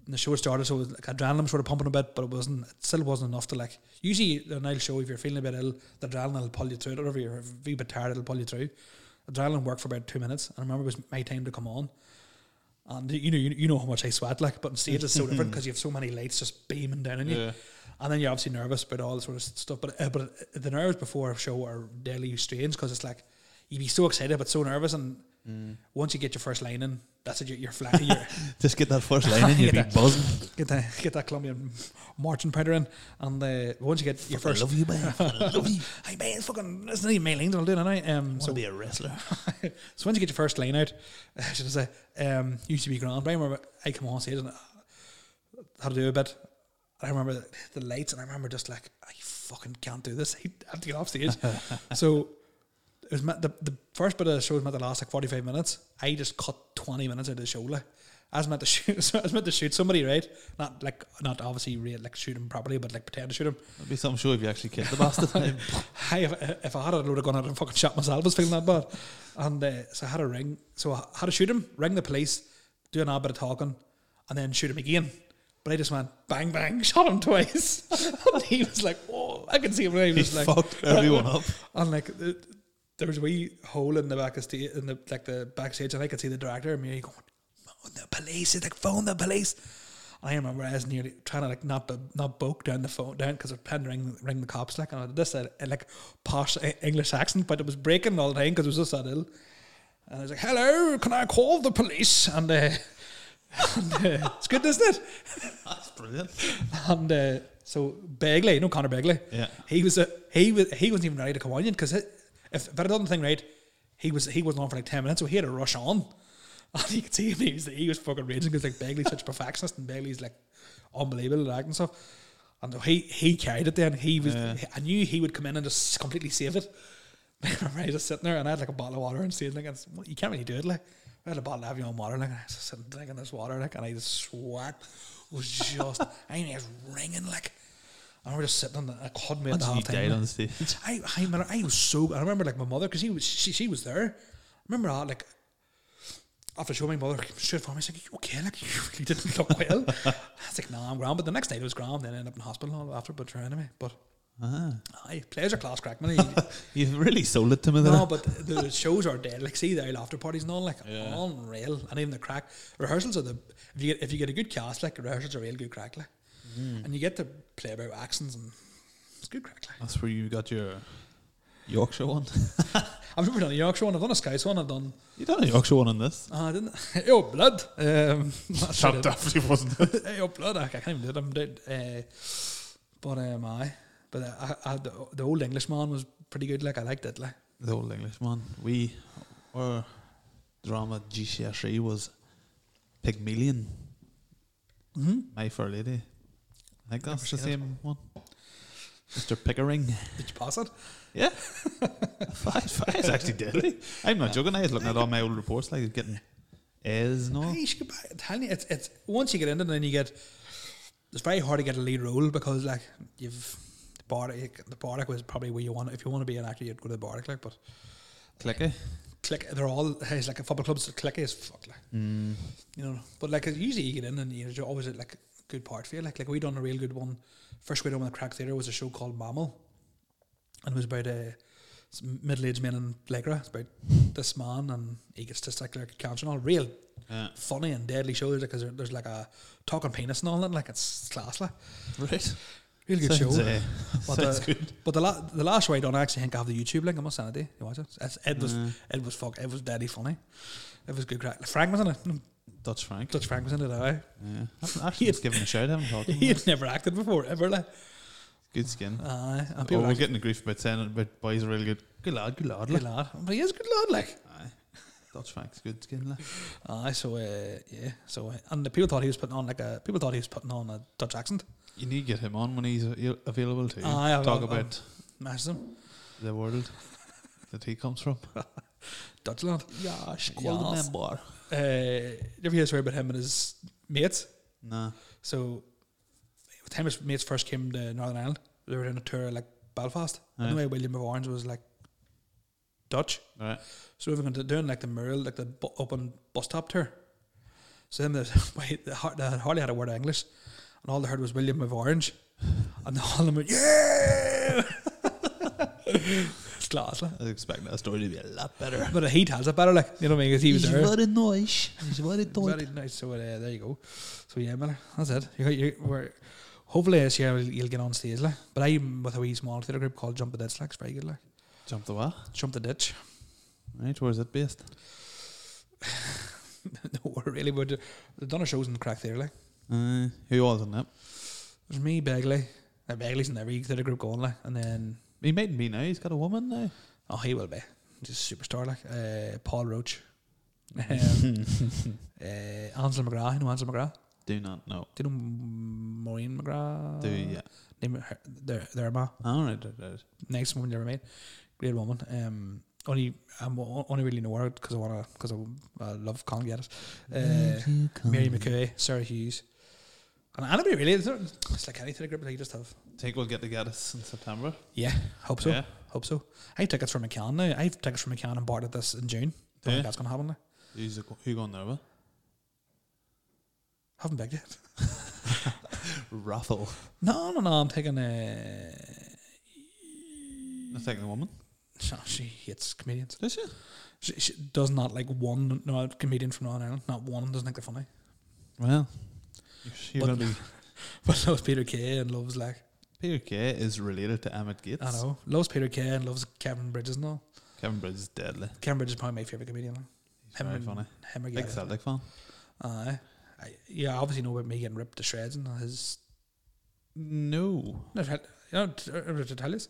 A: and the show started, so it was like adrenaline was sort of pumping a bit, but it wasn't, it still wasn't enough to like. Usually, the night show, if you're feeling a bit ill, the adrenaline will pull you through it, or if you're a wee bit tired, it'll pull you through. Adrenaline worked for about two minutes, and I remember it was my time to come on. And you know, you, you know how much I sweat, like, but on stage it's so different because you have so many lights just beaming down on you,
B: Yeah.
A: and then you're obviously nervous about all this sort of stuff. But uh, but the nerves before a show are daily strange because it's like you'd be so excited but so nervous, and once you get your first line in, that's it, you're, you're flat. You're,
B: Just get that first line in, you'll be
A: Yeah.
B: buzzing.
A: get that get that Colombian marching powder in, and uh, once you get your
B: I
A: first,
B: love you, man. I love you.
A: hey man, it's fucking that's not even my lane. I'll do it now. Um,
B: I want to
A: so,
B: be a wrestler.
A: so once you get your first line out, uh, should I say, um, used to be grand. But I remember I come on stage and I had to do a bit. I remember the lights, and I remember just like I fucking can't do this. I have to get off stage. so it was meant, the the first bit of the show was meant to last like forty five minutes. I just cut twenty minutes out of the show. Like I was meant to shoot, so I was meant to shoot somebody, right? Not like not obviously real, like shoot him properly, but like pretend to shoot him.
B: It'd be some show if you actually killed the bastard.
A: I, if, if I had it, I would have gone out and fucking shot myself. I was feeling that bad. And uh, so I had a ring. So I had to shoot him, ring the police, er do an odd bit of talking, and then shoot him again. But I just went bang, bang, shot him twice. and he was like, oh, I can see him. And he
B: He
A: was like,
B: fucked everyone up.
A: And like, the, there was a wee hole in the back of stage, in the like the backstage, and I could see the director and me going, phone the police. He's like, phone the police. I remember I was nearly trying to like not bu- not boke down the phone down because I was trying to ring ring the cops like and I did this uh, like posh E- English accent, but it was breaking all the time because it was just that ill. And I was like, "Hello, can I call the police?" And, uh, and uh, it's good, isn't it?
B: That's brilliant.
A: And uh, so Begley, you know Connor Begley.
B: Yeah.
A: He was a he was he wasn't even ready to come on yet because if, if I had done the thing right, he was he wasn't on for like ten minutes, so he had to rush on. And you could see him, he was he was fucking raging because like Begley's such a perfectionist and Begley's like unbelievable at acting and stuff. And so he he carried it then. He was I knew he would come in and just completely save it. I remember I was just sitting there and I had like a bottle of water and saying like it's- you can't really do it like I had a bottle of Avion water like and I was just sitting drinking this water like and I just sweat was just I mean it was ringing like I remember just sitting on the I couldn't wait the
B: Imagine you
A: half
B: died on
A: time.
B: stage.
A: I I remember I was so I remember like my mother because she was she, she was there. I remember I, like after showing my mother straight for me, she's like, you okay? Like, you really didn't look well. I was like, nah, I'm grand. But the next night I was grand, then I ended up in hospital and all after, but her anyway. But
B: Ah,
A: aye, pleasure class crack money.
B: you've really sold it to me.
A: no,
B: there.
A: but the shows are dead. Like, see, the after parties and all, like,
B: Yeah.
A: unreal. And even the crack. Rehearsals are the, if you get, if you get a good cast, like, rehearsals are real good crack, like. And you get to play about accents and it's good crack, like.
B: That's where you got your Yorkshire one.
A: I've never done a Yorkshire one. I've done a Scouse one. I've done.
B: You done a Yorkshire one on this?
A: Uh, I didn't. oh, blood. Um, that's what I
B: That
A: did.
B: definitely wasn't. it.
A: Hey, oh, blood. I can't even do it. I'm dead. Uh, but um, I. But uh, I, I, the, the old Englishman was pretty good. Like I liked it. Like
B: The old Englishman. We our drama GCSE E, was Pygmalion,
A: mm-hmm.
B: My Fair Lady. I think that's the
A: seen it.
B: same one. Mr. Pickering.
A: did you pass it?
B: Yeah. five, five is actually deadly. I'm not joking. I was looking at all my old reports, like getting A's and all.
A: Hey, you should go back. Tell you, er- it's it's once you get into it, then you get. It's very hard to get a lead role because like you've the Bardic. The Bardic was probably where you want. If you want to be an actor, you'd go to the Bardic. Like, but
B: Clicky.
A: click. They're all. It's like a football club's clicky as fuck. Like.
B: Mm.
A: you know. But like usually you get in and you're always at like good part for you. Like like we done a real good one. First we done with the crack theatre was a show called Mammal, and it was about a middle aged men in Legra. It's about this man and he gets testicular cancer and all real
B: Yeah.
A: funny and deadly shows because there, there's like a talking penis and all that. Like it's class like
B: Right.
A: real good
B: Sounds,
A: show.
B: uh,
A: But
B: sounds
A: the-
B: good.
A: But the la- the last way I done I actually think I have the YouTube link. I must send it. to You You watch it? It's, it was
B: Uh,
A: it was fuck. It was deadly funny. It was good crack. Frank was in it. Mm,
B: Dutch Frank.
A: Dutch Frank was in it. Aye.
B: Yeah. I've actually just given a shout. I haven't talked to
A: He
B: him.
A: had never acted before ever. Like
B: Good skin.
A: Aye, and
B: Oh,
A: people
B: we're
A: actually-
B: getting the grief about saying it about boys are really good. Good lad, good lad.
A: good
B: Like.
A: lad. But he is a good lad, like.
B: Aye. Dutch Frank's good skin. Like.
A: Aye, so uh, yeah, so uh, and the people thought he was putting on like a people thought he was putting on a Dutch accent.
B: You need to get him on when he's a- available to
A: Aye, I've-
B: talk
A: I've-
B: about
A: Matches him
B: the world that he comes from.
A: Dutch lad.
B: Yeah,
A: squall the Uh, you ever hear a story about him and his mates?
B: Nah.
A: So, the time his mates first came to Northern Ireland, they were doing a tour like Belfast.
B: Aye.
A: Anyway, William of Orange was like Dutch.
B: Right.
A: So we went to doing like the mural, like the bu- open bus stop tour. So then the, wait, they har- they hardly had a word of English, and all they heard was William of Orange, and all of them went, yeah. it's class, like.
B: I was expecting that story to be a lot better.
A: But he tells it better, like you know what I mean, because he was there.
B: nice. He's very
A: Very nice. So uh, there you go. So yeah, Miller, that's it. You, you, we're, hopefully this year you'll, you'll get on stage, like. But I'm with a wee small theatre group called Jump the Ditch, like. It's very good, like.
B: Jump the wall.
A: Jump the Ditch.
B: Right, where's it based?
A: no, we're really good. They've done our shows in the crack theatre, like.
B: Uh, who was in it?
A: There's me, Begley. Now, Begley's in every theatre group going, like, and then
B: He mightn't be now. He's got a woman now.
A: oh, he will be just a superstar, like uh, Paul Roach, um, uh, Ansel McGrath. You know Ansel McGrath?
B: Do not know.
A: Do you know Maureen McGrath?
B: Do you?
A: Name her, their their ma,
B: All right, right, right.
A: next woman you ever met, great woman. Um, only I'm o- only really know her because I wanna because I, I love Colin Geddes. Uh, Mary McCoy, Sarah Hughes, and anybody really. It's not- it's like any theatre group that you just have.
B: Think we'll get together us in September.
A: Yeah, hope so.
B: Yeah.
A: Hope so. I have tickets from McCann now. I have tickets from McCann and bought it this in June. Don't
B: Yeah.
A: think that's gonna happen now.
B: Who's the, who going there with?
A: Haven't begged yet.
B: Raffle.
A: No, no, no. I'm taking uh, a.
B: I'm taking the woman.
A: she hates comedians.
B: Does she?
A: She, she does not like one no comedian from Northern Ireland. Not one doesn't think they're funny.
B: Well, you're, you're
A: But-
B: gonna be.
A: But loves Peter Kay and loves like
B: Peter Kay is related to Emmett Gates.
A: I know loves Peter Kay and loves Kevin Bridges and all.
B: Kevin Bridges is deadly.
A: Kevin Bridges is probably my favorite comedian. like.
B: He's very
A: and-
B: funny.
A: Him or
B: Big
A: Gary.
B: Celtic fan.
A: Aye. I, yeah, I obviously know about me getting ripped to shreds and his
B: No.
A: No, tell- you know, t- uh, to tell us,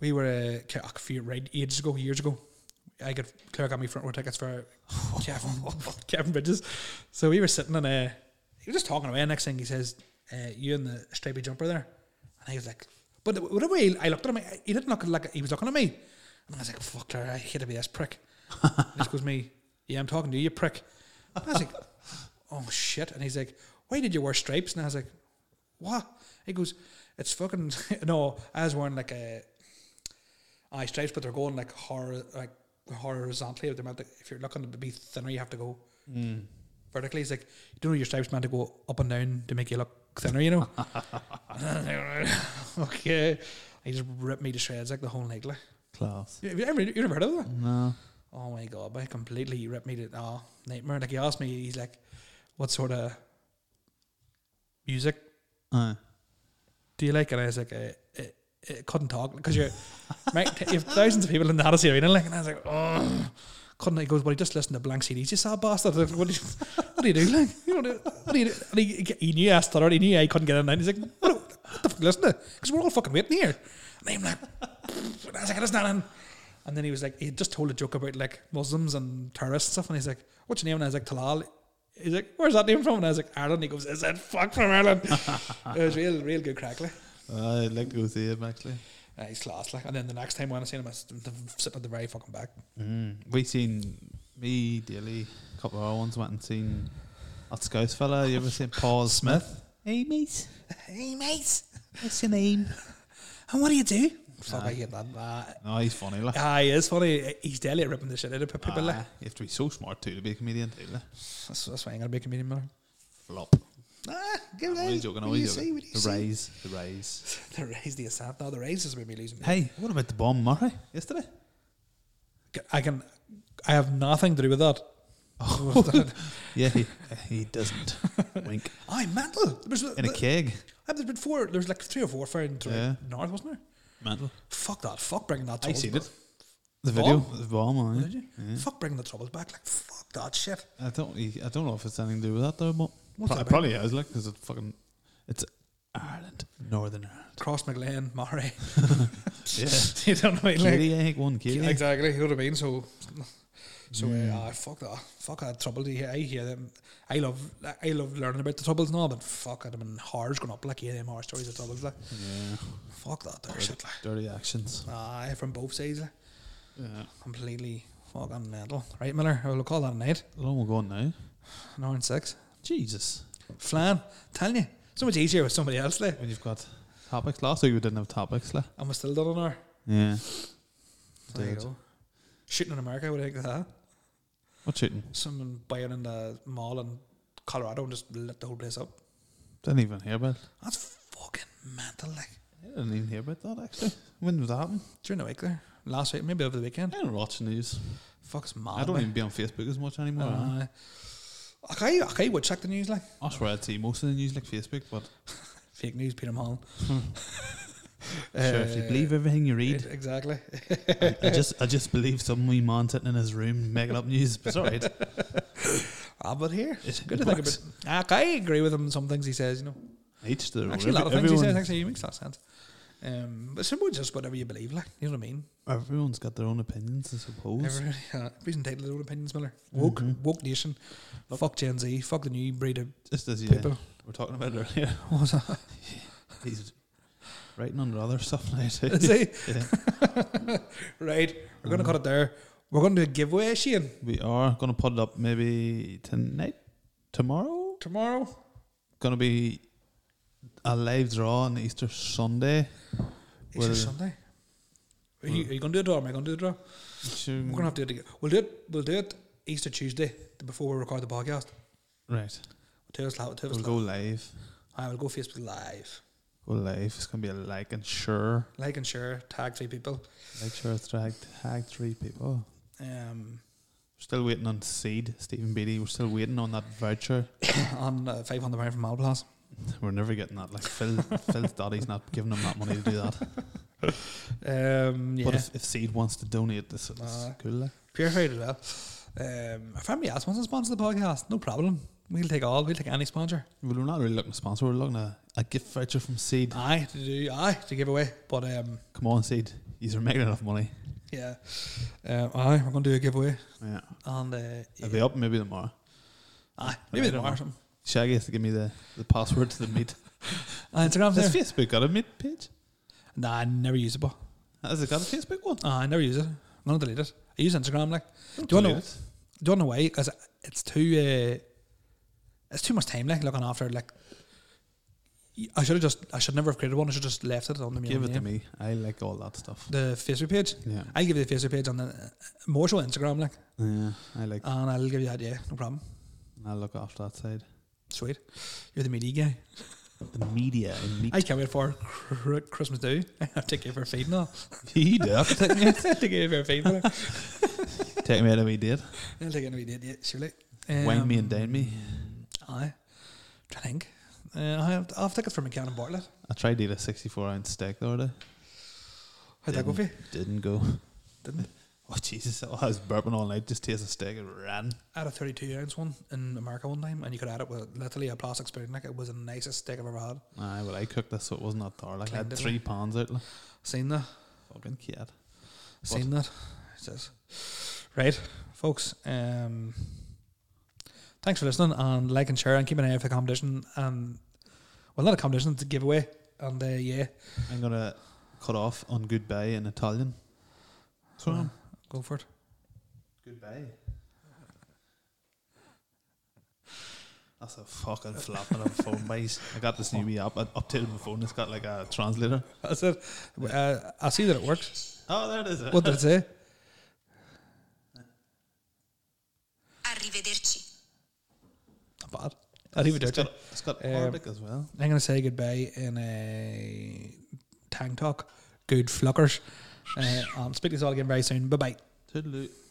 A: we were uh, ca- a few right ages ago, years ago. I got Claire got me front row tickets for Kevin, Kevin Bridges. So we were sitting and uh, he was just talking away. Next thing he says, uh, "You and the stripy jumper there," and I was like, "But whatever." way I looked at him, I- he didn't look like he was looking at me, and I was like, "Fuck, Claire, I hate to be this prick." And he just goes, "Me, yeah, I'm talking to you, you prick." And I was like, "Oh shit!" And he's like, "Why did you wear stripes?" And I was like, what? He goes, it's fucking no. I was wearing like a eye stripes, but they're going like horror, like horizontally. They're meant to, if you're looking to be thinner, you have to go
B: Mm.
A: vertically. It's like you don't know your stripes meant to go up and down to make you look thinner, you know. okay, he just ripped me to shreds like the whole night. Like,
B: Class.
A: you, you ever you never heard of that?
B: No.
A: Oh my god, but he completely ripped me to oh nightmare. Like he asked me, he's like, "What sort of music
B: Aye.
A: do you like?" And I was like, "I, I, I couldn't talk because you're Mike, t- you have thousands of people in the Odyssey arena." Like, and I was like, "Oh." Couldn't he goes, well, he just listened to blank CDs, you sad bastard. I was Like, what, do you, what do you do? Like, you don't do, what do you do? And he, he knew I stuttered, he knew I couldn't get in. And he's like, what, do- what the fuck, listen to? Because we're all fucking waiting here. And I'm like, and I was like, "That's not in." And then he was like, he had just told a joke about like Muslims and terrorists and stuff. And he's like, what's your name? And I was like, Talal. He's like, where's that name from? And I was like, Ireland. He goes, is that fuck from Ireland? it was real, real good crackly.
B: I'd like to go see him actually.
A: Uh, he's class. Like. And then the next time when I seen him, I was sitting at the very fucking back.
B: Mm. We seen me, Dilly, a couple of our ones went and seen that Scouse fella. You ever seen Paul Smith? Hey mate,
A: Hey, mates.
B: what's your name?
A: And what do you do? Fuck, I hate that. Uh,
B: No, he's funny. Like.
A: ah, he is funny. He's deadly at ripping the shit out of people. like.
B: Aye, you have to be so smart too to be a comedian. Too, like.
A: That's, that's why I'm going to be a comedian, man.
B: Flop.
A: Ah, give
B: I'm only
A: it
B: joking.
A: out.
B: I'm
A: What do
B: only
A: you say?
B: joking.
A: What do you
B: the
A: say?
B: raise, the raise.
A: The raise, the assault. No, the raise is maybe losing. me.
B: Hey, what about the bomb Murray yesterday?
A: I can. I have nothing to do with that.
B: Yeah, he, he doesn't. Wink.
A: I mental. There's,
B: In a
A: there-
B: keg.
A: uh, there's been four. There's like three or four found through
B: Yeah.
A: north, wasn't there?
B: Mental.
A: Fuck that. Fuck bringing that.
B: I
A: troubles
B: seen
A: back.
B: it. The video.
A: Bomb?
B: The bomb. Oh, aye.
A: Did you?
B: Yeah.
A: Fuck bringing the troubles back. Like fuck that shit.
B: I don't. I don't know if it's anything to do with that though. But
A: What's
B: Pro-
A: that about?
B: probably is like because it fucking. It's Ireland, Northern Ireland.
A: Cross McLean, Murray.
B: Yeah.
A: you don't know. Like,
B: Katie, I think one Katie.
A: Exactly, you know what I mean. So, so
B: Mm.
A: uh, ah, fuck that, fuck that trouble. to hear- I hear them. I love, I love learning about the troubles and all, but fuck it. I mean, horrors going up like hearing them horror stories of troubles. Like,
B: Yeah.
A: fuck that, there,
B: Right.
A: shit. Like,
B: Dirty actions.
A: aye, from both sides, like,
B: Yeah.
A: completely fucking mental. Right, Miller? We'll call that a night.
B: How long we going now?
A: An hour and six.
B: Jesus.
A: Flan, telling you, so much easier with somebody else. Like,
B: When you've got topics. Last week we didn't have topics. Like.
A: and we're still done an hour.
B: Yeah.
A: There you
B: Dude.
A: go. Shooting in America, what do you think of that?
B: What shooting?
A: Someone buying in the mall in Colorado and just lit the whole place up.
B: Didn't even hear about. it.
A: That's fucking mental. Like
B: I didn't even hear about that actually. When did that happen?
A: during the week there, last week, maybe over the
B: I
A: weekend.
B: don't watch the news.
A: Fuck's mad.
B: I don't
A: like.
B: even be on Facebook as much anymore. eh?
A: Uh, okay, okay, would check the news like
B: That's where I'd see most of the news like Facebook, but
A: fake news, Peter Mullen.
B: Hmm. sure, if you believe everything you read,
A: Eh, exactly.
B: I, I just I just believe some wee man sitting in his room making up news. But it's alright.
A: Ah, but here,
B: It-
A: good to
B: it
A: think
B: works.
A: about. Ah, I agree with him. on Some things he says, you know,
B: Each their own.
A: actually a lot of
B: Every-
A: things he says
B: everyone-
A: actually makes that sense. Um, but simple, just whatever you believe, like you know what I mean.
B: Everyone's got their own opinions, I suppose.
A: Everybody, uh, everybody's entitled to their own opinions, Miller. Woke,
B: Mhm.
A: woke nation. Fuck Gen Z. Fuck the new breed of
B: Just as you
A: people.
B: were talking about earlier,
A: What was that?
B: he's writing under other stuff now too.
A: Is he?
B: Yeah.
A: right, we're gonna cut it there. We're gonna do a giveaway, Shane,
B: We are gonna put it up maybe tonight, tomorrow.
A: tomorrow.
B: Gonna be a live draw on Easter Sunday.
A: It's your
B: Well-
A: Sunday. Are you, are you gonna do a draw? Am I gonna do a draw? We're gonna have to do it. Again. We'll do it. We'll do it Easter Tuesday the- before we record the podcast.
B: right.
A: Two of us live. Two of us
B: We'll go
A: live.
B: live.
A: I will go Facebook Live.
B: Go live. It's gonna be a like and share.
A: Like and share. Tag three people.
B: Like sure it's tag tag three people.
A: Um,
B: We're still waiting on seed, Stephen Beatty. We're still waiting on that voucher.
A: on uh, five hundred pound from Malplast.
B: We're never getting that. Like Phil, Phil's daddy's not giving him that money to do that.
A: Um, yeah. Uh-huh.
B: But if, if Seed wants to donate, this is
A: Aye.
B: cool. Like.
A: Purified as well. Um, if anybody else wants to sponsor the podcast, no problem. We'll take all. We'll take any sponsor.
B: Well, we're not really looking to sponsor. We're looking at a gift voucher from Seed.
A: Aye, to do aye to give away. But um,
B: Come on, Seed. You're making enough money.
A: yeah, uh, aye, we're gonna do a giveaway.
B: Yeah.
A: And uh,
B: I'll be up maybe tomorrow.
A: aye, maybe
B: I don't
A: tomorrow. or
B: know.
A: something.
B: Shaggy has to give me the, the password to the meet.
A: Uh, Instagram's
B: Has
A: there.
B: Facebook got a meet page?
A: Nah, I never use it, but
B: Has it got a Facebook one?
A: uh, I never use it. I'm gonna delete it. I use Instagram like. Do you know?
B: Delete it.
A: Do you know why? Because it's too. Uh, it's too much time like looking after like. I should have just, I should never have created one. I should have just left it on the main
B: Give it to
A: name.
B: me. I like all that stuff.
A: The Facebook page.
B: Yeah.
A: I give you the Facebook page on the uh, more so Instagram, like,
B: Yeah, I like.
A: and I'll give you that. Yeah, no problem.
B: I'll look after that side.
A: Sweet. You're the meaty guy.
B: The media and meat.
A: I can't wait for cr- Christmas Day. I'll take you for a feed and all.
B: He did.
A: I'll take you for a feed. I'll
B: Take me out of me did.
A: take you to be dead, yeah, surely. Um,
B: Wine me and dine me.
A: Aye. Trying to think. Uh, I'll, I'll take it from McCann and Bartlett.
B: I tried to eat a 64 ounce steak the other day.
A: How'd
B: Um,
A: that go for you?
B: Didn't go.
A: Didn't it?
B: Oh, Jesus. I was burping all night. Just tasted steak and ran.
A: I had a 32 ounce one in America one time, and you could add it with literally a plastic spoon. Like it was the nicest steak I've ever had.
B: Aye, well, I cooked this so it eh? wasn't that hard. Like, I
A: Cleaned
B: had
A: it,
B: three
A: like.
B: pounds out. Like.
A: Seen that?
B: Fucking kid.
A: Seen that? It says. Right, folks. Um, thanks for listening and like and share and keep an eye out for the competition and well, not a competition, it's a giveaway. And uh, yeah,
B: I'm going to cut off on goodbye in Italian. So,
A: Uh, go for it.
B: Goodbye. That's a fucking flop on a phone base. I got this new wee app. I updated my phone. It's got like a translator.
A: That's it. Uh, I see that it worked.
B: Oh, there it is.
A: What did it say?
D: Arrivederci.
A: Not bad. I'll leave it there.
B: It's got,
A: too.
B: it's got
A: Um,
B: Arabic as well.
A: I'm going to say goodbye in a tang talk. Good fluckers. Uh, um, speak to you all again very soon. Bye bye.
B: Toodaloo.